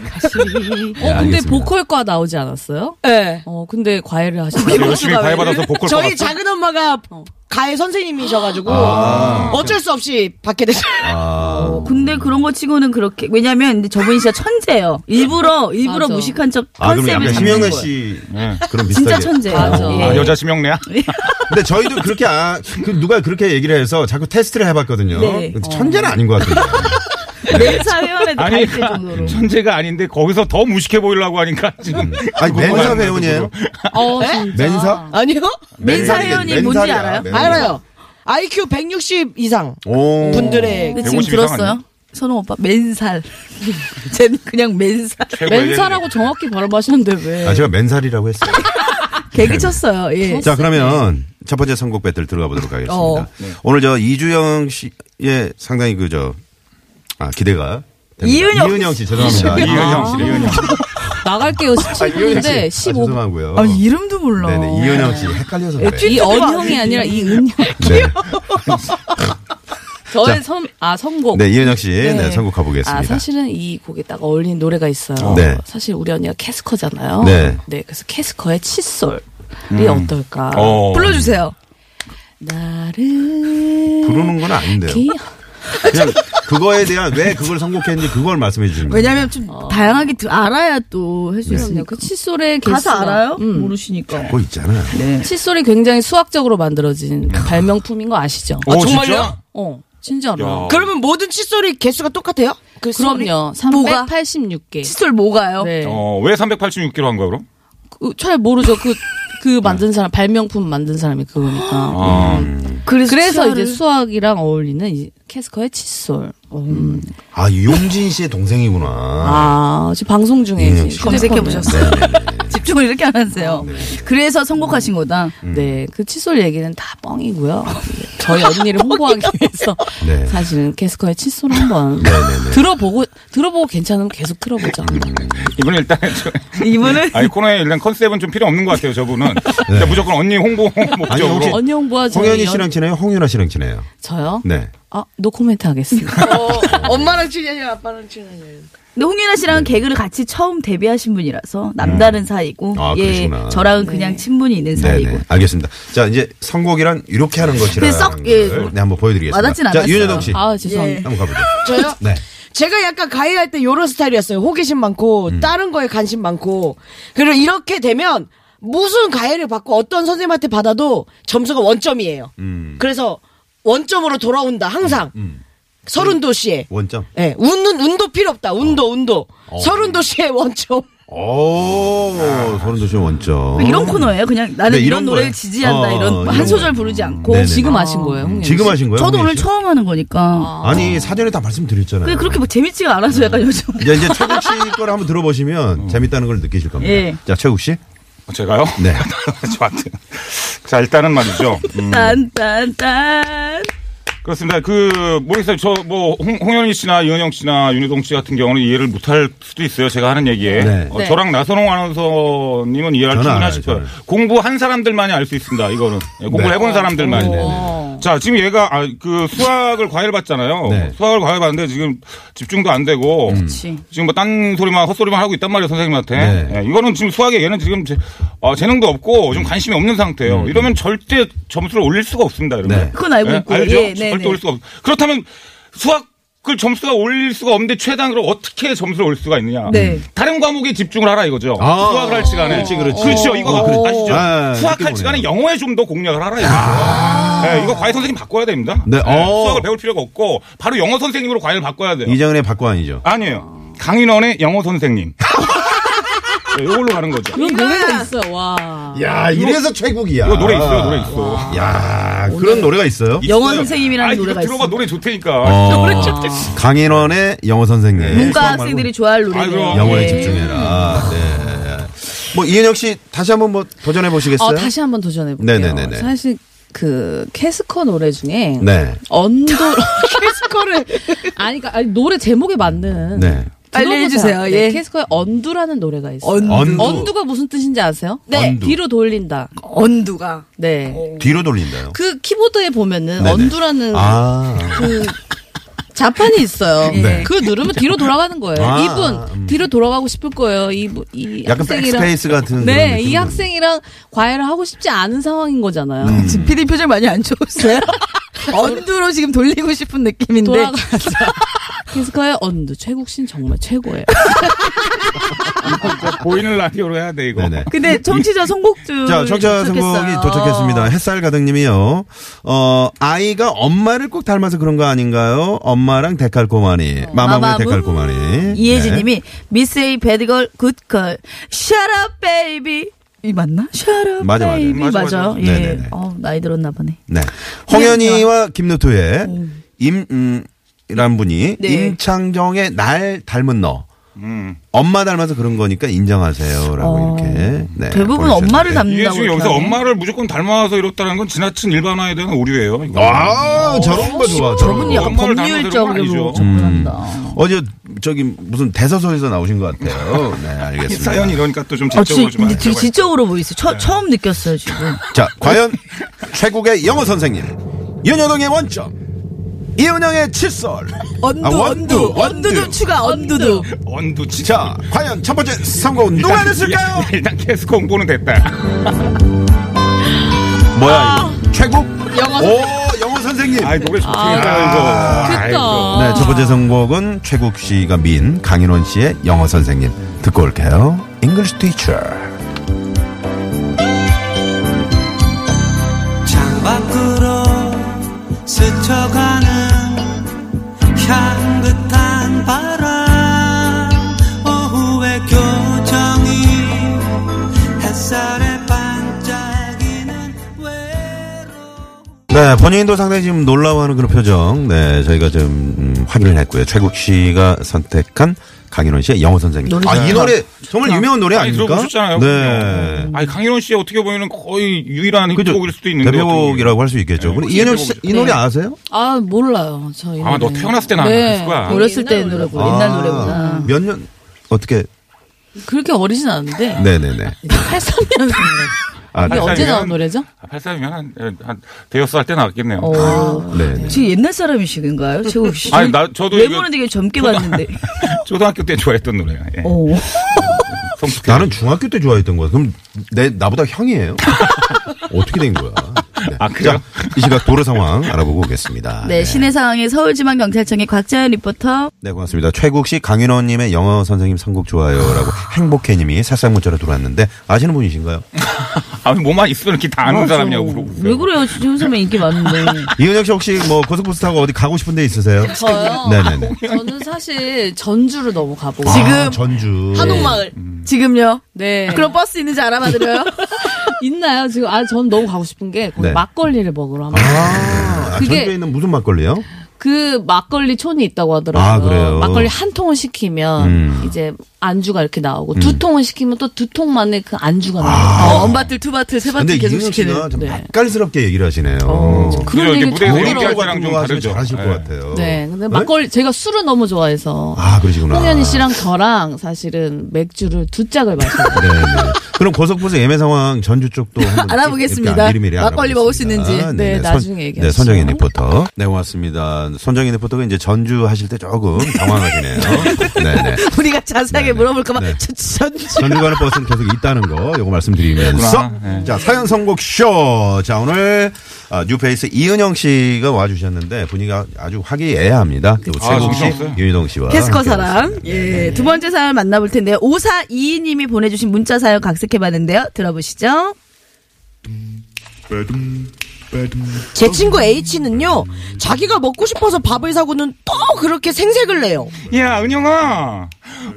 [SPEAKER 4] 네,
[SPEAKER 8] 어, 근데 보컬과 나오지 않았어요?
[SPEAKER 9] 예.
[SPEAKER 8] 어, 근데 과외를
[SPEAKER 6] 내가
[SPEAKER 8] 하시는
[SPEAKER 6] 열심히 과외 받아서 보컬
[SPEAKER 9] 저희
[SPEAKER 6] 받았어?
[SPEAKER 9] 작은 엄마가 가해 선생님이셔가지고, 어쩔 수 없이 받게 됐어요.
[SPEAKER 4] 아,
[SPEAKER 3] 근데 그런 거 치고는 그렇게 왜냐면 근데 저분이 진짜 천재예요. 일부러 일부러
[SPEAKER 8] 맞아.
[SPEAKER 3] 무식한 척
[SPEAKER 4] 아 그럼
[SPEAKER 3] 컨셉을 잡는
[SPEAKER 4] 약간 심영래
[SPEAKER 3] 거예요.
[SPEAKER 4] 씨
[SPEAKER 6] 네.
[SPEAKER 4] 그런
[SPEAKER 3] 진짜
[SPEAKER 4] 비슷하게.
[SPEAKER 3] 천재예요.
[SPEAKER 8] 맞아.
[SPEAKER 3] 예.
[SPEAKER 6] 아, 여자 심형래야?
[SPEAKER 4] 근데 저희도 그렇게 아, 그 누가 그렇게 얘기를 해서 자꾸 테스트를 해봤거든요.
[SPEAKER 3] 네.
[SPEAKER 4] 근데 천재는 아닌 것 같은데.
[SPEAKER 3] 매사 회원에도
[SPEAKER 6] 아니,
[SPEAKER 3] 갈때 정도로.
[SPEAKER 6] 천재가 아닌데 거기서 더 무식해 보이려고 하니까 지금.
[SPEAKER 4] 아니 맨사 회원이에요?
[SPEAKER 8] 어, 진짜.
[SPEAKER 4] 맨사?
[SPEAKER 9] 아니요?
[SPEAKER 3] 맨사
[SPEAKER 4] 맨살이겠네.
[SPEAKER 3] 회원이 뭔지
[SPEAKER 4] 맨살이야,
[SPEAKER 3] 알아요?
[SPEAKER 4] 맨살.
[SPEAKER 9] 알아요. IQ 160 이상
[SPEAKER 4] 오.
[SPEAKER 9] 분들의
[SPEAKER 3] 근데 지금
[SPEAKER 6] 150
[SPEAKER 3] 들었어요?
[SPEAKER 6] 이상하네.
[SPEAKER 3] 선홍 오빠 맨살. 쟤는 그냥 맨살.
[SPEAKER 8] 맨사라고 정확히 발음하시는데 왜?
[SPEAKER 4] 아, 제가 맨살이라고 했어요.
[SPEAKER 3] 개그 쳤어요. 예.
[SPEAKER 4] 자, 그러면 첫 번째 선곡 배틀 네, 들어가 보도록 하겠습니다. 네. 오늘 저 이주영 씨의 상당히 그 저, 아, 기대가. 됩니다.
[SPEAKER 3] 이은영
[SPEAKER 4] 이은영 씨, 죄송합니다.
[SPEAKER 6] 아, 이은영 씨, 이은영 씨.
[SPEAKER 8] 나갈게요.
[SPEAKER 4] 아,
[SPEAKER 8] 17분인데 15분.
[SPEAKER 4] 죄송하고요.
[SPEAKER 3] 아 이름도 몰라.
[SPEAKER 4] 네네, 이은영 씨 아, 헷갈려서 그래요.
[SPEAKER 8] 이 언형이 아니라 이 은형.
[SPEAKER 4] 네.
[SPEAKER 8] 저의 선, 아, 선곡.
[SPEAKER 4] 네, 이은영 씨, 네, 선곡 가보겠습니다.
[SPEAKER 8] 아, 사실은 이 곡에 딱 어울리는 노래가 있어요.
[SPEAKER 4] 네.
[SPEAKER 8] 사실 우리 언니가 캐스커잖아요.
[SPEAKER 4] 네. 음.
[SPEAKER 8] 그래서 캐스커의 칫솔이 어떨까.
[SPEAKER 6] 어.
[SPEAKER 3] 불러주세요.
[SPEAKER 8] 나를.
[SPEAKER 4] 부르는 건 아닌데요.
[SPEAKER 8] 기...
[SPEAKER 4] 그냥 그거에 대한 왜 그걸 선곡했는지 그걸 말씀해 주시면 돼요.
[SPEAKER 3] 왜냐면 좀 다양하게 들- 알아야 또 할 수
[SPEAKER 8] 그럼요.
[SPEAKER 3] 있으니까.
[SPEAKER 8] 그 칫솔의
[SPEAKER 3] 가사
[SPEAKER 8] 개수가.
[SPEAKER 3] 알아요?
[SPEAKER 8] 음.
[SPEAKER 3] 모르시니까.
[SPEAKER 4] 그거 있잖아요.
[SPEAKER 8] 칫솔이 굉장히 수학적으로
[SPEAKER 4] 음.
[SPEAKER 8] 만들어진 발명품인 거 아시죠?
[SPEAKER 6] 오, 진짜?
[SPEAKER 8] 어, 진짜로.
[SPEAKER 9] 그러면 모든 칫솔이 개수가 똑같아요? 그 소리?
[SPEAKER 8] 그럼요.
[SPEAKER 3] 뭐가?
[SPEAKER 8] 386개.
[SPEAKER 3] 칫솔 뭐가요?
[SPEAKER 8] 네.
[SPEAKER 6] 어, 왜 386kg 한 거야, 그럼?
[SPEAKER 8] 그, 잘 모르죠. 그, 그 만든 사람, 발명품 만든 사람이 그거니까.
[SPEAKER 6] 아,
[SPEAKER 3] 그래서,
[SPEAKER 8] 그래서
[SPEAKER 3] 치아를-
[SPEAKER 8] 이제 수학이랑 어울리는 이 캐스커의 칫솔.
[SPEAKER 9] 어.
[SPEAKER 8] 음.
[SPEAKER 4] 아, 용진 씨의 동생이구나.
[SPEAKER 8] 아, 지금 방송 중에
[SPEAKER 4] 네,
[SPEAKER 8] 지금
[SPEAKER 3] 검색해
[SPEAKER 8] 휴대폰을.
[SPEAKER 3] 보셨어요? 아, 네. 집중을 이렇게 안 하세요. 그래서 선곡하신 거다.
[SPEAKER 8] 네, 그 칫솔 얘기는 다 뻥이고요. 저희 언니를 홍보하기 위해서
[SPEAKER 4] 네.
[SPEAKER 8] 사실은 캐스커의 칫솔 한번 들어보고 들어보고 괜찮으면 계속 틀어보죠.
[SPEAKER 6] 이분은 일단, 저-
[SPEAKER 3] 네.
[SPEAKER 4] 네.
[SPEAKER 3] 이분은
[SPEAKER 6] 아니, 코너에 일단 컨셉은 좀 필요 없는 것 같아요, 저분은. 일단 무조건 언니 홍보 목적으로.
[SPEAKER 4] 혹시-
[SPEAKER 8] 언니 홍보와 저희
[SPEAKER 4] 홍현희
[SPEAKER 8] 연-
[SPEAKER 4] 씨랑 친해요? 홍윤아 씨랑 친해요?
[SPEAKER 8] 저요.
[SPEAKER 4] 네.
[SPEAKER 8] 아, 노코멘트 하겠습니다.
[SPEAKER 9] 엄마랑 친하냐 아빠랑 친하냐
[SPEAKER 3] 근데 홍윤아 씨랑
[SPEAKER 4] 네.
[SPEAKER 3] 개그를 같이 처음 데뷔하신 분이라서 남다른 사이고
[SPEAKER 4] 아,
[SPEAKER 3] 예
[SPEAKER 4] 그러시구나.
[SPEAKER 3] 저랑은 그냥 친분이 있는 사이고
[SPEAKER 4] 네네. 알겠습니다. 자, 이제 선곡이란 이렇게 하는 것이라는
[SPEAKER 3] 그 썩,
[SPEAKER 4] 걸
[SPEAKER 3] 예.
[SPEAKER 4] 네, 한번 보여드리겠습니다.
[SPEAKER 3] 와닿진
[SPEAKER 4] 자,
[SPEAKER 3] 않았어요.
[SPEAKER 4] 윤여동 씨.
[SPEAKER 8] 아, 죄송합니다.
[SPEAKER 4] 한번 가보죠.
[SPEAKER 9] 저요?
[SPEAKER 4] 네.
[SPEAKER 9] 제가 약간 가해할 때 요런 스타일이었어요. 호기심 많고
[SPEAKER 4] 음.
[SPEAKER 9] 다른 거에 관심 많고 그리고 이렇게 되면 무슨 가해를 받고 어떤 선생님한테 받아도 점수가 원점이에요.
[SPEAKER 4] 음.
[SPEAKER 9] 그래서 원점으로 돌아온다 항상 서른도 씨에
[SPEAKER 4] 음. 원점. 어.
[SPEAKER 9] 예, 웃는 운도 필요 없다 운도 운도 서른도 씨의 원점.
[SPEAKER 4] 오, 서른도시 원점.
[SPEAKER 3] 뭐 이런 코너예요. 그냥 나는
[SPEAKER 4] 네, 이런
[SPEAKER 3] 이런 노래를
[SPEAKER 4] 거예요.
[SPEAKER 3] 지지한다
[SPEAKER 4] 어,
[SPEAKER 3] 이런
[SPEAKER 4] 이런
[SPEAKER 3] 한 소절
[SPEAKER 4] 거예요.
[SPEAKER 3] 부르지 않고
[SPEAKER 4] 네네.
[SPEAKER 8] 지금 아신 거예요, 홍현
[SPEAKER 4] 지금 하신 거예요?
[SPEAKER 3] 저도
[SPEAKER 4] 홍윤희
[SPEAKER 3] 오늘
[SPEAKER 4] 씨?
[SPEAKER 3] 처음 하는 거니까
[SPEAKER 4] 아니, 사전에 다 말씀드렸잖아요.
[SPEAKER 3] 그게 그렇게 뭐 재밌지가
[SPEAKER 4] 네.
[SPEAKER 3] 않아서 약간 요즘
[SPEAKER 4] 이제, 이제 최국 씨 거를 한번 들어보시면 재밌다는 걸 느끼실 겁니다.
[SPEAKER 3] 예.
[SPEAKER 4] 자, 최국 씨.
[SPEAKER 6] 어, 제가요?
[SPEAKER 4] 네.
[SPEAKER 6] 저한테. 자, 일단은 말이죠. 음,
[SPEAKER 3] 딴딴딴
[SPEAKER 6] 그렇습니다. 그, 모르겠어요. 저, 뭐, 홍, 홍현희 씨나 이은영 씨나 윤효동 씨 같은 경우는 이해를 못할 수도 있어요. 제가 하는 얘기에.
[SPEAKER 4] 네.
[SPEAKER 6] 어,
[SPEAKER 8] 네.
[SPEAKER 6] 저랑 나선홍 아나운서님은 이해할
[SPEAKER 4] 저는
[SPEAKER 6] 충분히
[SPEAKER 4] 알아요,
[SPEAKER 6] 하실 거예요.
[SPEAKER 4] 저는.
[SPEAKER 6] 공부한 사람들만이 알 수 있습니다. 이거는. 예, 공부를
[SPEAKER 4] 네.
[SPEAKER 6] 해본 사람들만이.
[SPEAKER 4] 네, 네, 네.
[SPEAKER 6] 자, 지금 얘가 아, 그 수학을 과외를 받잖아요.
[SPEAKER 4] 네. 음.
[SPEAKER 6] 수학을 과외 받는데 지금 집중도 안 되고
[SPEAKER 3] 그치.
[SPEAKER 6] 지금 뭐 딴 소리만 헛소리만 하고 있단 말이에요, 선생님한테.
[SPEAKER 4] 네.
[SPEAKER 6] 예, 이거는 지금 수학에 얘는 지금 제, 어, 재능도 없고 좀 관심이 없는 상태예요. 이러면 절대 점수를 올릴 수가 없습니다, 여러분.
[SPEAKER 4] 음. 네.
[SPEAKER 3] 그건 알고 있고.
[SPEAKER 6] 알죠?
[SPEAKER 3] 예, 네,
[SPEAKER 6] 절대
[SPEAKER 3] 네.
[SPEAKER 6] 올릴 수가 없. 그렇다면 수학 을 점수가 올릴 수가 없는데 최단으로 어떻게 점수를 올릴 수가 있느냐?
[SPEAKER 3] 네.
[SPEAKER 6] 다른 과목에 집중을 하라 이거죠.
[SPEAKER 4] 음. 아.
[SPEAKER 6] 수학을 할 시간에
[SPEAKER 4] 그렇지, 그렇지.
[SPEAKER 6] 그렇죠. 이거
[SPEAKER 4] 어, 그렇지.
[SPEAKER 6] 아시죠?
[SPEAKER 4] 아,
[SPEAKER 6] 수학할
[SPEAKER 4] 느끼고
[SPEAKER 6] 시간에
[SPEAKER 4] 오네요.
[SPEAKER 6] 영어에 좀 더 공략을 하라 이거. 네, 이거 과외 선생님 바꿔야 됩니다.
[SPEAKER 4] 아. 네, 어.
[SPEAKER 6] 수학을 배울 필요가 없고 바로 영어 선생님으로 과외를 바꿔야 돼요.
[SPEAKER 4] 이정은의 박관이죠.
[SPEAKER 6] 아니에요. 강인원의 영어 선생님. 네, 이걸로 가는 거죠.
[SPEAKER 8] 이런 노래가 있어요. 와.
[SPEAKER 4] 야, 이래서 최국이야.
[SPEAKER 6] 이거 노래 있어요, 노래 있어.
[SPEAKER 4] 야, 그런 노래가 있어요?
[SPEAKER 3] 영어
[SPEAKER 6] 있어요.
[SPEAKER 3] 선생님이라는
[SPEAKER 6] 아니, 이거
[SPEAKER 3] 노래가
[SPEAKER 6] 들어봐
[SPEAKER 3] 있어.
[SPEAKER 6] 노래 좋다니까.
[SPEAKER 4] 강인원의 영어 선생님.
[SPEAKER 3] 문과 학생들이 좋아할
[SPEAKER 6] 아, 그럼.
[SPEAKER 3] 노래예요.
[SPEAKER 4] 영어에
[SPEAKER 3] 예.
[SPEAKER 4] 집중해라. 네. 뭐 이은혁 씨 다시 한번 뭐 도전해 보시겠어요?
[SPEAKER 8] 어, 다시 한번 도전해 볼게요.
[SPEAKER 4] 네네네네.
[SPEAKER 8] 사실 그 캐스커 노래 중에
[SPEAKER 4] 네.
[SPEAKER 8] 언더 캐스커를 아니 그러니까 아니, 노래 제목에 맞는
[SPEAKER 4] 네.
[SPEAKER 3] 빨리
[SPEAKER 8] 들어보세요.
[SPEAKER 3] 해주세요.
[SPEAKER 8] 네,
[SPEAKER 3] 예.
[SPEAKER 8] 캐스커의 언두라는 노래가 있어요.
[SPEAKER 4] 언두.
[SPEAKER 8] 가 무슨 뜻인지 아세요?
[SPEAKER 4] 네. 언두.
[SPEAKER 8] 뒤로 돌린다.
[SPEAKER 3] 언두가
[SPEAKER 8] 네.
[SPEAKER 3] 어.
[SPEAKER 4] 뒤로 돌린다요.
[SPEAKER 8] 그 키보드에 보면은
[SPEAKER 4] 네네.
[SPEAKER 8] 언두라는
[SPEAKER 4] 아.
[SPEAKER 8] 그 자판이 있어요.
[SPEAKER 4] 네.
[SPEAKER 8] 그거 누르면 뒤로 돌아가는 거예요.
[SPEAKER 4] 아,
[SPEAKER 8] 이분 뒤로 돌아가고 싶을 거예요. 이분 이
[SPEAKER 4] 약간
[SPEAKER 8] 학생이랑
[SPEAKER 4] 백스페이스 같은 그런
[SPEAKER 8] 네, 이
[SPEAKER 4] 느낌으로. 음.
[SPEAKER 8] 학생이랑 과외를 하고 싶지 않은 상황인 거잖아요.
[SPEAKER 9] 음.
[SPEAKER 3] 지금 PD 표정 많이 안 좋으세요? 언두로 지금 돌리고 싶은 느낌인데
[SPEAKER 8] 돌아가죠. 키스커의 언두 최국 씨는 정말 최고예요.
[SPEAKER 3] 아,
[SPEAKER 6] 진짜 보이는 라디오로 해야 돼 이거.
[SPEAKER 4] 네네.
[SPEAKER 3] 근데 청취자 선곡들
[SPEAKER 4] 자, 청자 선곡이 도착했습니다. 예. 햇살 가득님이요. 어, 아이가 엄마를 꼭 닮아서 그런 거 아닌가요? 엄마랑 데칼코마니. 마마무의 데칼코마니. 네.
[SPEAKER 3] 이혜진님이 미스 에이 배드걸 굿걸 샤라 베이비 이 맞나? 샤라
[SPEAKER 4] 맞아, 맞아.
[SPEAKER 3] 베이비
[SPEAKER 6] 맞아,
[SPEAKER 3] 맞아.
[SPEAKER 6] 맞아.
[SPEAKER 3] 예.
[SPEAKER 4] 네네네.
[SPEAKER 3] 어, 나이 들었나 보네. 네.
[SPEAKER 4] 네. 홍현이와 김노토의 임, 음, 이란 분이
[SPEAKER 3] 네.
[SPEAKER 4] 임창정의 날 닮은 너.
[SPEAKER 6] 음.
[SPEAKER 4] 엄마 닮아서 그런 거니까 인정하세요. 라고
[SPEAKER 3] 어,
[SPEAKER 4] 이렇게. 네,
[SPEAKER 3] 대부분
[SPEAKER 4] 보내주셨는데.
[SPEAKER 3] 엄마를
[SPEAKER 6] 이게
[SPEAKER 3] 닮는다고
[SPEAKER 6] 지금
[SPEAKER 3] 그렇게
[SPEAKER 6] 여기서
[SPEAKER 3] 하네.
[SPEAKER 6] 엄마를 무조건 닮아서 이렇다는 건 지나친 일반화에 대한 오류예요. 이거.
[SPEAKER 4] 아, 저런 거
[SPEAKER 3] 어,
[SPEAKER 4] 좋아. 저런
[SPEAKER 3] 저분이
[SPEAKER 4] 거.
[SPEAKER 3] 약간
[SPEAKER 6] 엄마를 닮아서 그런 거
[SPEAKER 3] 법률적으로
[SPEAKER 6] 아니죠.
[SPEAKER 3] 접근한다.
[SPEAKER 4] 어제 저기 무슨 대서소에서 나오신 것 같아요. 네,
[SPEAKER 6] 이
[SPEAKER 4] 알겠습니다.
[SPEAKER 6] 사연 이러니까 또 좀
[SPEAKER 3] 어,
[SPEAKER 6] 지적으로 네. 아, 좀
[SPEAKER 3] 지금
[SPEAKER 6] 하려고
[SPEAKER 3] 되게
[SPEAKER 6] 했어요.
[SPEAKER 3] 지적으로 보이세요. 처, 처음 느꼈어요, 지금.
[SPEAKER 4] 자, 과연 최국의 영어 선생님 윤여동의 원점 이은영의 칫솔
[SPEAKER 3] 언두,
[SPEAKER 4] 아, 원두, 원두.
[SPEAKER 3] 추가, 언두두.
[SPEAKER 6] 언두 진짜.
[SPEAKER 4] 자, 과연 첫 번째 성공 누가 됐을까요?
[SPEAKER 3] 네.
[SPEAKER 6] 일단, 일단 캐스 공부는 됐다.
[SPEAKER 10] 아.
[SPEAKER 4] 뭐야 이거? 최국 영어 오 영어 선생님
[SPEAKER 11] 선생님.
[SPEAKER 6] 아이, 노래 좋습니다, 이거. 아이고.
[SPEAKER 3] 됐다.
[SPEAKER 4] 네, 첫 번째 선곡은 최국 씨가 미인 강인원 씨의 영어 선생님 듣고 올게요. English Teacher.
[SPEAKER 9] 창밖으로 스쳐가는 향긋한 바람 오후의 교정이 햇살에 반짝이는 외로운
[SPEAKER 4] 네, 본인도 상당히 지금 놀라워하는 그런 표정. 네, 저희가 좀 음, 확인을 했고요. 최국 씨가 선택한 강인원 씨의 영어 선생님.
[SPEAKER 10] 노래
[SPEAKER 4] 아, 이
[SPEAKER 10] 좋다.
[SPEAKER 4] 노래 정말 유명한 노래 예,
[SPEAKER 6] 많이
[SPEAKER 4] 아닙니까?
[SPEAKER 6] 들어보셨잖아요.
[SPEAKER 4] 네.
[SPEAKER 6] 아니 강인원 씨 어떻게 보면 거의 유일한
[SPEAKER 4] 그죠?
[SPEAKER 6] 히트곡일 수도 있는데
[SPEAKER 4] 대표곡이라고 할 수 있겠죠.
[SPEAKER 6] 네,
[SPEAKER 4] 근데 이현영 씨, 이 노래 아세요?
[SPEAKER 3] 아 몰라요. 저
[SPEAKER 6] 아마 너 태어났을 때는 안 알았을 거야.
[SPEAKER 10] 네,
[SPEAKER 6] 아.
[SPEAKER 10] 어렸을 때 노래고 옛날 노래구나.
[SPEAKER 4] 아. 몇 년, 어떻게,
[SPEAKER 3] 그렇게 어리진 않은데.
[SPEAKER 4] 네네네.
[SPEAKER 3] 83년.
[SPEAKER 4] 아,
[SPEAKER 3] 이게
[SPEAKER 4] 네.
[SPEAKER 3] 언제 나온 노래죠?
[SPEAKER 6] 8살이면 한, 한 대여섯 살 때 나왔겠네요.
[SPEAKER 10] 어.
[SPEAKER 4] 네, 네.
[SPEAKER 10] 지금 옛날 사람이신가요? 최국 씨.
[SPEAKER 6] 아니, 나- 저도
[SPEAKER 10] 외모는
[SPEAKER 6] 이거-
[SPEAKER 10] 되게 젊게 봤는데.
[SPEAKER 6] 초등학교 때 좋아했던 노래야. 예.
[SPEAKER 10] 어.
[SPEAKER 6] 성숙해.
[SPEAKER 4] 나는 중학교 때 좋아했던 거야. 그럼 내 나보다 형이에요. 어떻게 된 거야? 네.
[SPEAKER 6] 아, 그래요?
[SPEAKER 4] 자, 이 시각 도로 상황 알아보고 오겠습니다.
[SPEAKER 10] 네, 시내 상황에 서울지방경찰청의 곽자연 리포터.
[SPEAKER 4] 네, 고맙습니다. 최국 씨, 강인호님의 영어 선생님 선곡 좋아요라고 행복해님이 새싹 문자로 들어왔는데 아시는 분이신가요?
[SPEAKER 6] 아, 뭐만 있으면 이렇게 다 아는 사람이냐고 물어보세요.
[SPEAKER 10] 왜 그래요? 지훈 선배 인기 많은데.
[SPEAKER 4] 이은혁 씨 혹시 뭐 고속버스 타고 어디 가고 싶은 데 있으세요?
[SPEAKER 3] 저요?
[SPEAKER 4] 네네네.
[SPEAKER 3] 저는 사실 전주를 너무 가보고. 음.
[SPEAKER 4] 아, 전주.
[SPEAKER 10] 지금요? 아,
[SPEAKER 3] 네.
[SPEAKER 10] 그럼 버스 있는지 알아봐드려요?
[SPEAKER 3] 있나요? 지금 아, 전 너무 가고 싶은 게 거기
[SPEAKER 4] 네.
[SPEAKER 3] 막걸리를 먹으러
[SPEAKER 4] 아,
[SPEAKER 3] 합니다.
[SPEAKER 4] 아,
[SPEAKER 3] 그게-
[SPEAKER 4] 전주에 있는 무슨 막걸리요?
[SPEAKER 3] 그 막걸리 촌이 있다고 하더라고요.
[SPEAKER 4] 아, 그래요?
[SPEAKER 3] 막걸리 한 통을 시키면
[SPEAKER 4] 음.
[SPEAKER 3] 이제 안주가 이렇게 나오고 두 통을 시키면 또 두 통만의 그 안주가 나와요.
[SPEAKER 10] 음. 어, 언바틀, 투바틀,
[SPEAKER 4] 근데
[SPEAKER 10] 세바틀 계속
[SPEAKER 4] 이은혁
[SPEAKER 10] 시키는.
[SPEAKER 4] 씨가 좀
[SPEAKER 3] 네.
[SPEAKER 4] 맛깔스럽게 얘기를 하시네요. 음.
[SPEAKER 3] 그런
[SPEAKER 6] 이렇게
[SPEAKER 3] 얘기를
[SPEAKER 6] 무대에서
[SPEAKER 3] 처음
[SPEAKER 6] 얘기할
[SPEAKER 3] 들어봐요.
[SPEAKER 6] 때랑 좀
[SPEAKER 4] 거 하시면
[SPEAKER 6] 다르죠.
[SPEAKER 4] 잘하실
[SPEAKER 6] 네.
[SPEAKER 4] 것 같아요.
[SPEAKER 3] 네, 근데
[SPEAKER 4] 네?
[SPEAKER 3] 막걸리 제가 술을 너무 좋아해서
[SPEAKER 4] 아, 그러시구나.
[SPEAKER 3] 홍현희 씨랑 저랑 사실은 맥주를 두 짝을 마셔요.
[SPEAKER 4] 네, 네. 그럼 고속버스 예매 상황 전주 쪽도 한번
[SPEAKER 10] 알아보겠습니다.
[SPEAKER 4] 이렇게 미리미리
[SPEAKER 10] 막걸리
[SPEAKER 4] 알아보겠습니다.
[SPEAKER 10] 먹을 수 있는지.
[SPEAKER 3] 네, 나중에
[SPEAKER 4] 네,
[SPEAKER 3] 얘기하시죠.
[SPEAKER 4] 선정인 리포터. 네, 고맙습니다. 선정인 리포터가 이제 전주 하실 때 조금 당황하시네요. 네, 네.
[SPEAKER 10] 우리가 자세하게
[SPEAKER 4] 네네.
[SPEAKER 10] 물어볼까봐.
[SPEAKER 4] 네.
[SPEAKER 10] 저, 전주.
[SPEAKER 4] 전주 가는 버스는 계속 있다는 거, 요거 말씀드리면서.
[SPEAKER 6] 그렇구나. 네.
[SPEAKER 4] 자, 사연 선곡 쇼. 자, 오늘, 아, 뉴페이스 이은영 씨가 와주셨는데, 분위기가 아주 화기애애합니다. 또
[SPEAKER 6] 아,
[SPEAKER 4] 최국 씨,
[SPEAKER 6] 정신없어요.
[SPEAKER 4] 윤희동 씨와.
[SPEAKER 10] 캐스커
[SPEAKER 4] 함께
[SPEAKER 10] 사랑.
[SPEAKER 4] 왔습니다.
[SPEAKER 10] 예. 두 번째 사연 만나볼 텐데요. 5422님이 보내주신 문자 사연 각색해봤는데요. 들어보시죠.
[SPEAKER 8] 제 친구 H는요, 자기가 먹고 싶어서 밥을 사고는 또 그렇게 생색을 내요.
[SPEAKER 6] 야, 은영아.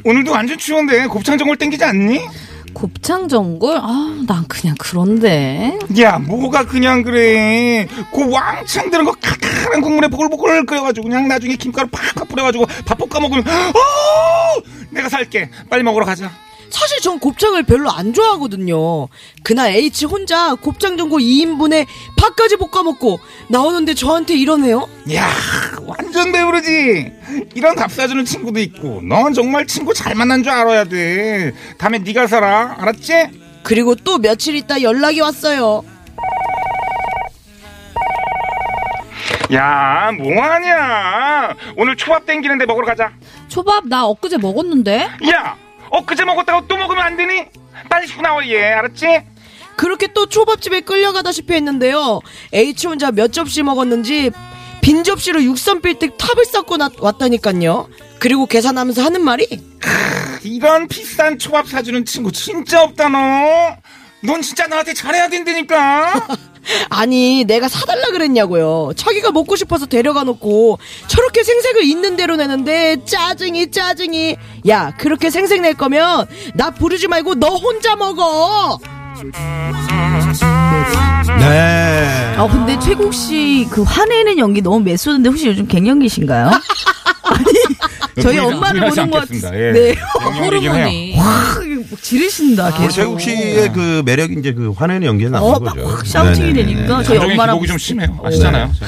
[SPEAKER 6] 오늘도 완전 추운데 곱창전골 땡기지 않니?
[SPEAKER 3] 곱창 전골? 아, 난 그냥 그런데.
[SPEAKER 6] 야, 뭐가 그냥 그래. 그 왕창 들은 거 칼칼한 국물에 보글보글 끓여가지고 그냥 나중에 김가루 팍팍 뿌려가지고 밥 볶아 먹으면 어! 내가 살게. 빨리 먹으러 가자.
[SPEAKER 8] 사실 전 곱창을 별로 안 좋아하거든요. 그날 H 혼자 곱창전골 2인분에 밥까지 볶아먹고 나오는데 저한테 이러네요.
[SPEAKER 6] 야, 완전 배부르지. 이런 밥 사주는 친구도 있고. 넌 정말 친구 잘 만난 줄 알아야 돼. 다음에 네가 살아. 알았지?
[SPEAKER 8] 그리고 또 며칠 있다 연락이 왔어요.
[SPEAKER 6] 야, 뭐하냐. 오늘 초밥 땡기는데 먹으러 가자.
[SPEAKER 3] 초밥 나 엊그제 먹었는데?
[SPEAKER 6] 야, 엊그제 먹었다고 또 먹으면 안 되니? 빨리 씻고 나와 얘. 알았지?
[SPEAKER 8] 그렇게 또 초밥집에 끌려가다시피 했는데요. H 혼자 몇 접시 먹었는지 빈 접시로 육선빌딩 탑을 쌓고 왔다니까요. 그리고 계산하면서 하는 말이
[SPEAKER 6] 이런 비싼 초밥 사주는 친구 진짜 없다 너. 넌 진짜 나한테 잘해야 된다니까.
[SPEAKER 8] 아니 내가 사달라 그랬냐고요. 자기가 먹고 싶어서 데려가 놓고 저렇게 생색을 있는 대로 내는데 짜증이 짜증이. 야 그렇게 생색 낼 거면 나 부르지 말고 너 혼자 먹어.
[SPEAKER 4] 네.
[SPEAKER 10] 아, 근데 최국 씨 그 화내는 연기 너무 매수는데 혹시 요즘 갱년기신가요? 아니, 저희
[SPEAKER 6] 부인은
[SPEAKER 10] 엄마를
[SPEAKER 6] 부인하지
[SPEAKER 10] 보는 것
[SPEAKER 6] 않겠습니다.
[SPEAKER 10] 같-
[SPEAKER 6] 예.
[SPEAKER 10] 네.
[SPEAKER 6] 영역이긴 해요.
[SPEAKER 3] 호르몬이.
[SPEAKER 10] 확뭐 지르신다,
[SPEAKER 4] 우리
[SPEAKER 10] 계속.
[SPEAKER 4] 최국 씨의 그 매력이 이제 그 화내는 연기에 나온
[SPEAKER 10] 아. 네. 어, 막
[SPEAKER 4] 거죠.
[SPEAKER 10] 확 샤우팅이
[SPEAKER 4] 네네네네.
[SPEAKER 10] 되니까 저희
[SPEAKER 6] 감정의
[SPEAKER 10] 엄마랑
[SPEAKER 6] 기복이 좀 심해요. 아시잖아요. 네.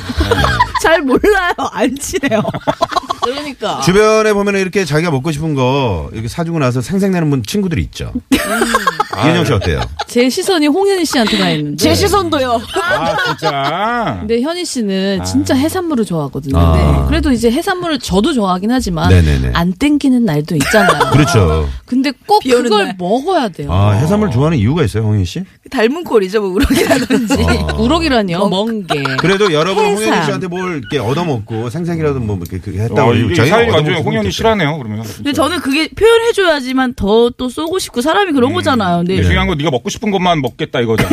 [SPEAKER 10] 잘 몰라요. 안 친해요.
[SPEAKER 3] 아,
[SPEAKER 8] 그러니까.
[SPEAKER 4] 주변에 보면 이렇게 자기가 먹고 싶은 거 이렇게 사주고 나서 생색내는 분 친구들이 있죠.
[SPEAKER 10] 음.
[SPEAKER 4] 이현영 씨 어때요?
[SPEAKER 3] 제 시선이 홍현희 씨한테 가 있는데.
[SPEAKER 8] 제 시선도요.
[SPEAKER 6] 아, 진짜.
[SPEAKER 3] 근데 현희 씨는 진짜 해산물을 좋아하거든요.
[SPEAKER 4] 아.
[SPEAKER 3] 네. 그래도 이제 해산물을 저도 좋아하긴 하지만
[SPEAKER 4] 네네네.
[SPEAKER 3] 안 땡기는 날도 있잖아요.
[SPEAKER 4] 그렇죠.
[SPEAKER 3] 근데 꼭
[SPEAKER 9] 비 오는
[SPEAKER 3] 그걸
[SPEAKER 9] 날.
[SPEAKER 3] 먹어야 돼요.
[SPEAKER 4] 아, 해산물 좋아하는 이유가 있어요, 홍인 씨?
[SPEAKER 9] 닮은 꼴이죠, 뭐 우럭이라든지.
[SPEAKER 3] 우럭이라니요, 멍 게.
[SPEAKER 4] 아. 그래도 여러분은 홍현희
[SPEAKER 9] 해삼.
[SPEAKER 4] 씨한테 뭘 이렇게 얻어먹고 생생이라도 뭐 이렇게 그 했다고
[SPEAKER 6] 어, 이게
[SPEAKER 4] 자기가
[SPEAKER 6] 사연이 완전
[SPEAKER 4] 얻어먹을
[SPEAKER 6] 홍현이
[SPEAKER 4] 수는
[SPEAKER 6] 싫어하네요, 그러면.
[SPEAKER 9] 근데 저는 그게 표현해줘야지만 더 또 쏘고 싶고 사람이 그런 거잖아요. 근데
[SPEAKER 6] 중요한 건 네가 먹고 싶은 것만 먹겠다 이거잖아.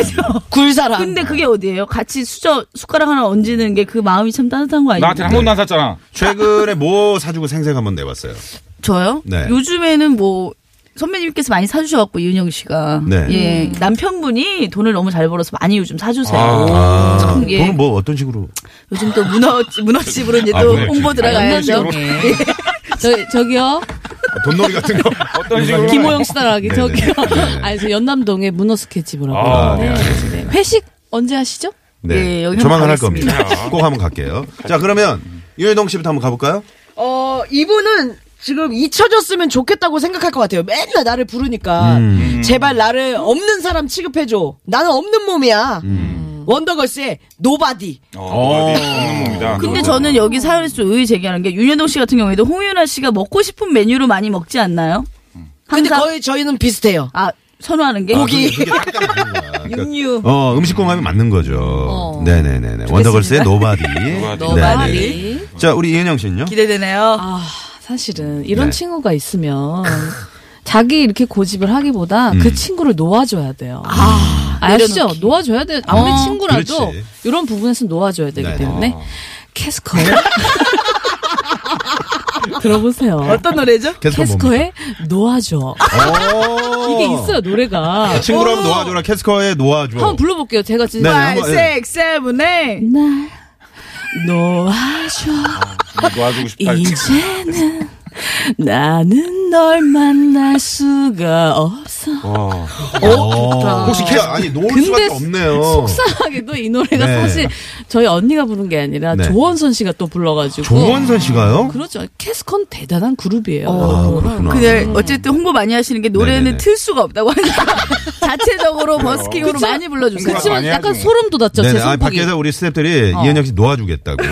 [SPEAKER 8] 굴사람.
[SPEAKER 9] 근데 그게 어디예요? 같이 수저 숟가락 하나 얹는 게 그 마음이 참 따뜻한 거 아니에요?
[SPEAKER 6] 나한테 한 번도 안 샀잖아.
[SPEAKER 4] 최근에 뭐 사주고 생생 한번 내봤어요.
[SPEAKER 10] 예.
[SPEAKER 9] 저요?
[SPEAKER 4] 네.
[SPEAKER 9] 요즘에는 뭐 선배님께서 많이 사주셔갖고 이은영 씨가
[SPEAKER 4] 네.
[SPEAKER 9] 예 남편분이 돈을 너무 잘 벌어서 많이 요즘 사주세요.
[SPEAKER 4] 아,
[SPEAKER 9] 참, 예.
[SPEAKER 4] 돈은 뭐 어떤 식으로?
[SPEAKER 9] 요즘 또 문어 문어집으로 이제
[SPEAKER 4] 아,
[SPEAKER 9] 또
[SPEAKER 4] 문어집.
[SPEAKER 9] 홍보 들어가야죠. 예.
[SPEAKER 3] 네. 저, 저기요.
[SPEAKER 10] 예.
[SPEAKER 4] 아, 돈놀이 같은 거.
[SPEAKER 6] 어떤 식으로.
[SPEAKER 3] 김호영 씨 따라하기,
[SPEAKER 4] 네. 네네.
[SPEAKER 3] 저기요.
[SPEAKER 4] 네.
[SPEAKER 3] 아니, 저 연남동에 문어스케치브라고.
[SPEAKER 6] 아,
[SPEAKER 3] 네. 네. 회식 언제 하시죠?
[SPEAKER 4] 네.
[SPEAKER 9] 예, 여기
[SPEAKER 4] 조만간
[SPEAKER 9] 한번
[SPEAKER 4] 할 겁니다. 꼭 한번 갈게요. 자, 그러면 유해동 씨부터 한번 가볼까요?
[SPEAKER 8] 어, 이분은 지금 잊혀졌으면 좋겠다고 생각할 것 같아요. 맨날 나를 부르니까.
[SPEAKER 4] 음.
[SPEAKER 8] 제발 나를 없는 사람 취급해줘. 나는 없는 몸이야.
[SPEAKER 4] 음.
[SPEAKER 8] 원더걸스의 노바디.
[SPEAKER 6] 어, 어디 없는 몸이다.
[SPEAKER 9] 근데 저는 여기 사연에서 좀 의의 제기하는 게 윤여동 씨 같은 경우에도 홍윤아 씨가 먹고 싶은 메뉴로 많이 먹지 않나요?
[SPEAKER 8] 근데
[SPEAKER 9] 항상
[SPEAKER 8] 거의 저희는 비슷해요.
[SPEAKER 9] 아 선호하는 게
[SPEAKER 4] 아, 그게 그게 약간 맞는 거야. 그러니까
[SPEAKER 9] 육류.
[SPEAKER 4] 어, 음식 공감이 맞는 거죠.
[SPEAKER 3] 어.
[SPEAKER 4] 네네네네. 원더걸스의 노바디. 네, 네네네. 자, 우리 이은영 씨는요?
[SPEAKER 9] 기대되네요.
[SPEAKER 3] 아, 사실은 이런
[SPEAKER 4] 네.
[SPEAKER 3] 친구가 있으면 자기 이렇게 고집을 하기보다 그 친구를 놓아줘야 돼요. 아, 아시죠? 놓아줘야 돼요. 아무리 친구라도
[SPEAKER 4] 그렇지.
[SPEAKER 3] 이런 부분에서 놓아줘야 되기
[SPEAKER 4] 네네.
[SPEAKER 3] 때문에 캐스커 들어보세요.
[SPEAKER 9] 어떤 노래죠?
[SPEAKER 3] 캐스커의 놓아줘. 이게 있어요 노래가.
[SPEAKER 4] 친구로 한번 놓아줘라. 캐스커에 놓아줘.
[SPEAKER 3] 한번 불러볼게요. 제가
[SPEAKER 4] 네,
[SPEAKER 3] 진짜
[SPEAKER 4] 한번, 예.
[SPEAKER 9] 6, 7, 8
[SPEAKER 3] 날
[SPEAKER 4] 아,
[SPEAKER 3] 놓아줘.
[SPEAKER 6] 놔주고 싶다.
[SPEAKER 3] 이제는 나는 널 만날 수가 없어.
[SPEAKER 4] 혹시 캐 어, 아니 놓을 수밖에 없네요. 어.
[SPEAKER 3] 속상하게도 이 노래가
[SPEAKER 4] 네.
[SPEAKER 3] 사실 저희 언니가 부른 게 아니라
[SPEAKER 4] 네.
[SPEAKER 3] 조원선 씨가 또 불러가지고.
[SPEAKER 4] 조원선 씨가요?
[SPEAKER 3] 그렇죠. 캐스컨 대단한 그룹이에요.
[SPEAKER 4] 아, 그렇구나.
[SPEAKER 9] 그날 네. 어쨌든 홍보 많이 하시는 게 노래는
[SPEAKER 4] 네네네.
[SPEAKER 9] 틀 수가 없다고 하니까 자체적으로 버스킹으로 많이 불러주세요.
[SPEAKER 6] 그치.
[SPEAKER 3] 그러니까 그렇지만
[SPEAKER 6] 많이
[SPEAKER 3] 약간
[SPEAKER 6] 하죠.
[SPEAKER 3] 소름 돋았죠.
[SPEAKER 4] 네네.
[SPEAKER 3] 제
[SPEAKER 4] 아,
[SPEAKER 3] 손목이.
[SPEAKER 4] 밖에서 우리 스탭들이 어. 이은영 씨 놓아주겠다고.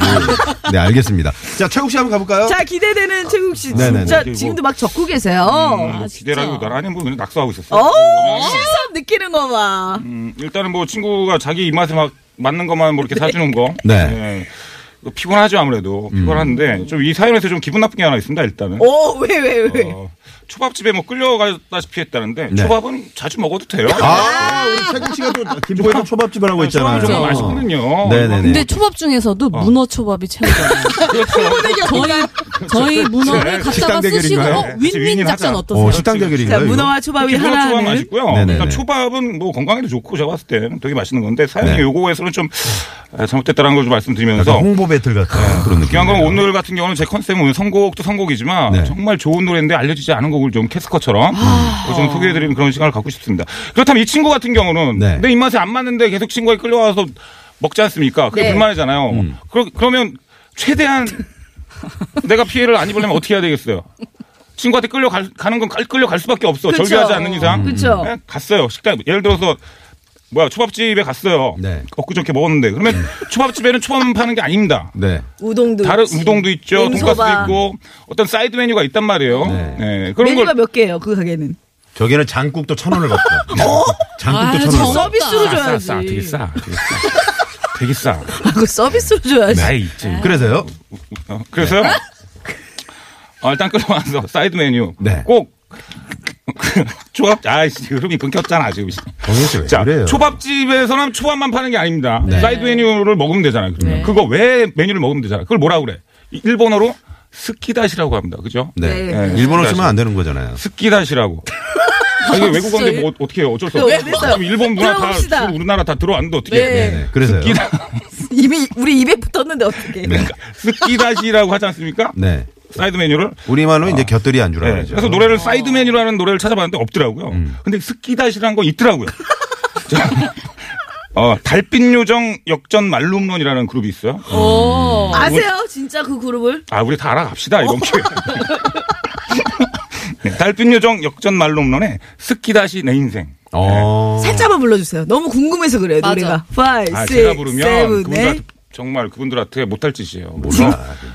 [SPEAKER 4] 네, 알겠습니다. 자, 최국 씨 한번 가볼까요?
[SPEAKER 9] 자 기대되는 최국 씨
[SPEAKER 4] 네네네.
[SPEAKER 9] 진짜 지금도 막 적고 계세요.
[SPEAKER 6] 음, 기대라기보다 아니 뭐 그냥 낙서하고 있었어.
[SPEAKER 9] 어
[SPEAKER 6] 요
[SPEAKER 9] 실수함 느끼는 거 봐.
[SPEAKER 6] 음, 일단은 뭐 친구가 자기 입맛에 막 맞는 것만 뭐 이렇게 사주는 거.
[SPEAKER 4] 네. 음.
[SPEAKER 6] 예. 이거 피곤하죠 아무래도 피곤한데 좀 이 사연에서 좀 기분 나쁜 게 하나 있습니다 일단은.
[SPEAKER 4] 어.
[SPEAKER 9] 오왜 왜 왜?
[SPEAKER 6] 어, 초밥집에 뭐 끌려가다시피 했다는데
[SPEAKER 4] 네.
[SPEAKER 6] 초밥은 자주 먹어도 돼요.
[SPEAKER 4] 아, 우리 최국 씨가 또 김포에서 초밥집을 하고 있잖아요.
[SPEAKER 6] 초밥이 정말 맛있거든요.
[SPEAKER 4] 네네네. 어,
[SPEAKER 3] 근데 초밥 중에서도 문어 초밥이 최고잖아요. 저희 저희 문어를
[SPEAKER 4] 네. 식당
[SPEAKER 3] 갖다가 쓰시고
[SPEAKER 4] 대결인가요?
[SPEAKER 3] 어, 윈윈
[SPEAKER 6] 윈윈하자.
[SPEAKER 3] 작전
[SPEAKER 4] 어,
[SPEAKER 3] 어떠세요?
[SPEAKER 4] 식당
[SPEAKER 9] 자
[SPEAKER 4] 대결인가요? 이거?
[SPEAKER 9] 문어와 초밥이
[SPEAKER 6] 김밥
[SPEAKER 9] 하나
[SPEAKER 6] 초밥
[SPEAKER 9] 하는.
[SPEAKER 6] 맛있고요.
[SPEAKER 4] 네네네.
[SPEAKER 6] 그러니까 초밥은 뭐 건강에도 좋고 제가 봤을 때는 되게 맛있는 건데 사연이
[SPEAKER 4] 네.
[SPEAKER 6] 요거에서는 좀 아, 잘못됐다는 걸
[SPEAKER 4] 약간
[SPEAKER 6] 좀 말씀드리면서
[SPEAKER 4] 홍보 배틀 같은 그런 느낌.
[SPEAKER 6] 중요한 건 오늘 같은 경우는 제 컨셉은 선곡도 선곡이지만
[SPEAKER 4] 네.
[SPEAKER 6] 정말 좋은 노래인데 알려지지 않은 곡을 좀 캐스커처럼
[SPEAKER 9] 아.
[SPEAKER 6] 그걸 좀 소개해드리는 그런 시간을 갖고 싶습니다. 그렇다면 이 친구 같은 경우는
[SPEAKER 4] 네.
[SPEAKER 6] 내 입맛에 안 맞는데 계속 친구가 끌려와서 먹지 않습니까? 그게
[SPEAKER 9] 네.
[SPEAKER 6] 불만이잖아요.
[SPEAKER 4] 음.
[SPEAKER 6] 그러, 그러면 최대한 내가 피해를 안 입으려면 어떻게 해야 되겠어요? 친구한테 끌려가는 건 갈- 끌려갈 수밖에 없어.
[SPEAKER 9] 그쵸. 음.
[SPEAKER 6] 절규하지 않는 이상.
[SPEAKER 9] 그쵸.
[SPEAKER 6] 그냥 갔어요. 식당. 예를 들어서 뭐야 초밥집에 갔어요.
[SPEAKER 4] 네. 음.
[SPEAKER 6] 엊그저께 먹었는데 그러면 초밥집에는 초밥 파는 게 아닙니다.
[SPEAKER 4] 네.
[SPEAKER 9] 우동도
[SPEAKER 6] 다른
[SPEAKER 9] 있지.
[SPEAKER 6] 우동도 있죠,
[SPEAKER 9] 냉소바.
[SPEAKER 6] 돈가스도 있고 어떤 사이드 메뉴가 있단 말이에요.
[SPEAKER 4] 네.
[SPEAKER 6] 네. 그런
[SPEAKER 9] 메뉴가
[SPEAKER 6] 걸
[SPEAKER 9] 몇 개예요 그 가게는?
[SPEAKER 4] 저기는 장국도 천 원을 받고. 장국도
[SPEAKER 3] 아유,
[SPEAKER 4] 천 원을
[SPEAKER 3] 정말
[SPEAKER 4] 받고.
[SPEAKER 9] 서비스로
[SPEAKER 6] 싸,
[SPEAKER 9] 줘야지.
[SPEAKER 6] 싸, 되게 싸, 되게 싸, 되게 싸.
[SPEAKER 9] 아, 그거 서비스로 줘야지.
[SPEAKER 6] 나이 있지.
[SPEAKER 4] 네. 그래서요?
[SPEAKER 6] 어, 그래서요. 어, 일단 끌어와서 사이드 메뉴
[SPEAKER 4] 네.
[SPEAKER 6] 꼭 초밥. 아이씨, 흐름이 끊겼잖아 지금.
[SPEAKER 4] 정현 씨왜
[SPEAKER 6] 자,
[SPEAKER 4] 그래요?
[SPEAKER 6] 초밥집에서는 초밥만 파는 게 아닙니다. 사이드 메뉴를 먹으면 되잖아요. 그러면
[SPEAKER 9] 네.
[SPEAKER 6] 그거 왜 메뉴를 먹으면 되잖아. 그걸 뭐라고 그래? 일본어로 스키다시라고 합니다. 그죠?
[SPEAKER 4] 네.
[SPEAKER 6] 네.
[SPEAKER 4] 일본어 쓰면 안 되는 거잖아요.
[SPEAKER 6] 스키다시라고. 아, 이게 외국어인데 뭐 어- 어떻게 해요? 어쩔 수
[SPEAKER 9] 왜
[SPEAKER 6] 없어.
[SPEAKER 9] 그랬어요?
[SPEAKER 6] 지금 일본 문화 다
[SPEAKER 9] 들어봅시다.
[SPEAKER 6] 지금 우리나라 다 들어왔는데 어떻게
[SPEAKER 4] 네.
[SPEAKER 6] 해?
[SPEAKER 4] 네. 그래서요.
[SPEAKER 6] 스키다,
[SPEAKER 9] 이미 우리 입에 붙었는데 어떻게?
[SPEAKER 4] 네.
[SPEAKER 6] 스키다시라고 하지 않습니까?
[SPEAKER 4] 네.
[SPEAKER 6] 사이드 메뉴를.
[SPEAKER 4] 우리말로 이제 곁들이 안주라
[SPEAKER 6] 네.
[SPEAKER 4] 그러죠.
[SPEAKER 6] 그래서
[SPEAKER 9] 어.
[SPEAKER 6] 노래를 사이드 메뉴라는 노래를 찾아봤는데 없더라고요. 근데 스키다시라는 건 있더라고요. 자, 어, 달빛 요정 역전 말룸론이라는 그룹이 있어요.
[SPEAKER 9] 아세요 진짜 그 그룹을? 어.
[SPEAKER 6] 아, 우리 다 알아갑시다, 이번 기회에. 네, 달빛 요정 역전 말로 홈런에 스키 다시 내 인생.
[SPEAKER 4] 어.
[SPEAKER 8] 네.
[SPEAKER 3] 살짝만 불러주세요. 너무 궁금해서 그래요,
[SPEAKER 8] 맞아.
[SPEAKER 3] 노래가. 5, 6,
[SPEAKER 6] 아, 제가 부르면
[SPEAKER 3] 7, 8.
[SPEAKER 6] 그분들한테 정말 그분들한테 못할 짓이에요.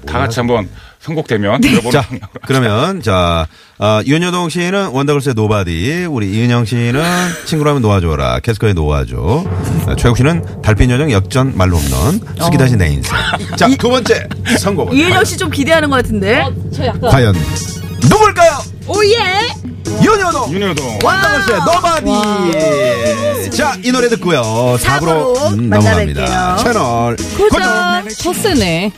[SPEAKER 6] 다 같이 한번 선곡되면 들어보는
[SPEAKER 4] 자, 그러면, 자, 아, 윤여동 씨는 원더걸스의 노바디, 우리 이은영 씨는 친구라면 놓아줘라, 캐스커의 놓아줘, 아, 최국 씨는 달빛 요정 역전 말로 없는 스키다시 내 인생. 어. 자, 두 번째 선곡은
[SPEAKER 3] 이은영 씨 좀 기대하는 것
[SPEAKER 9] 어,
[SPEAKER 3] 같은데.
[SPEAKER 8] 저 약간
[SPEAKER 4] 과연 누굴까요?
[SPEAKER 8] 오예.
[SPEAKER 4] 윤여동!
[SPEAKER 6] 윤여동.
[SPEAKER 4] 원더걸스의 노바디! 자, 이 노래 듣고요. 4부로,
[SPEAKER 3] 사부로
[SPEAKER 4] 음,
[SPEAKER 3] 만나뵐게요.
[SPEAKER 4] 넘어갑니다.
[SPEAKER 9] 아,
[SPEAKER 4] 채널
[SPEAKER 8] 더 세네.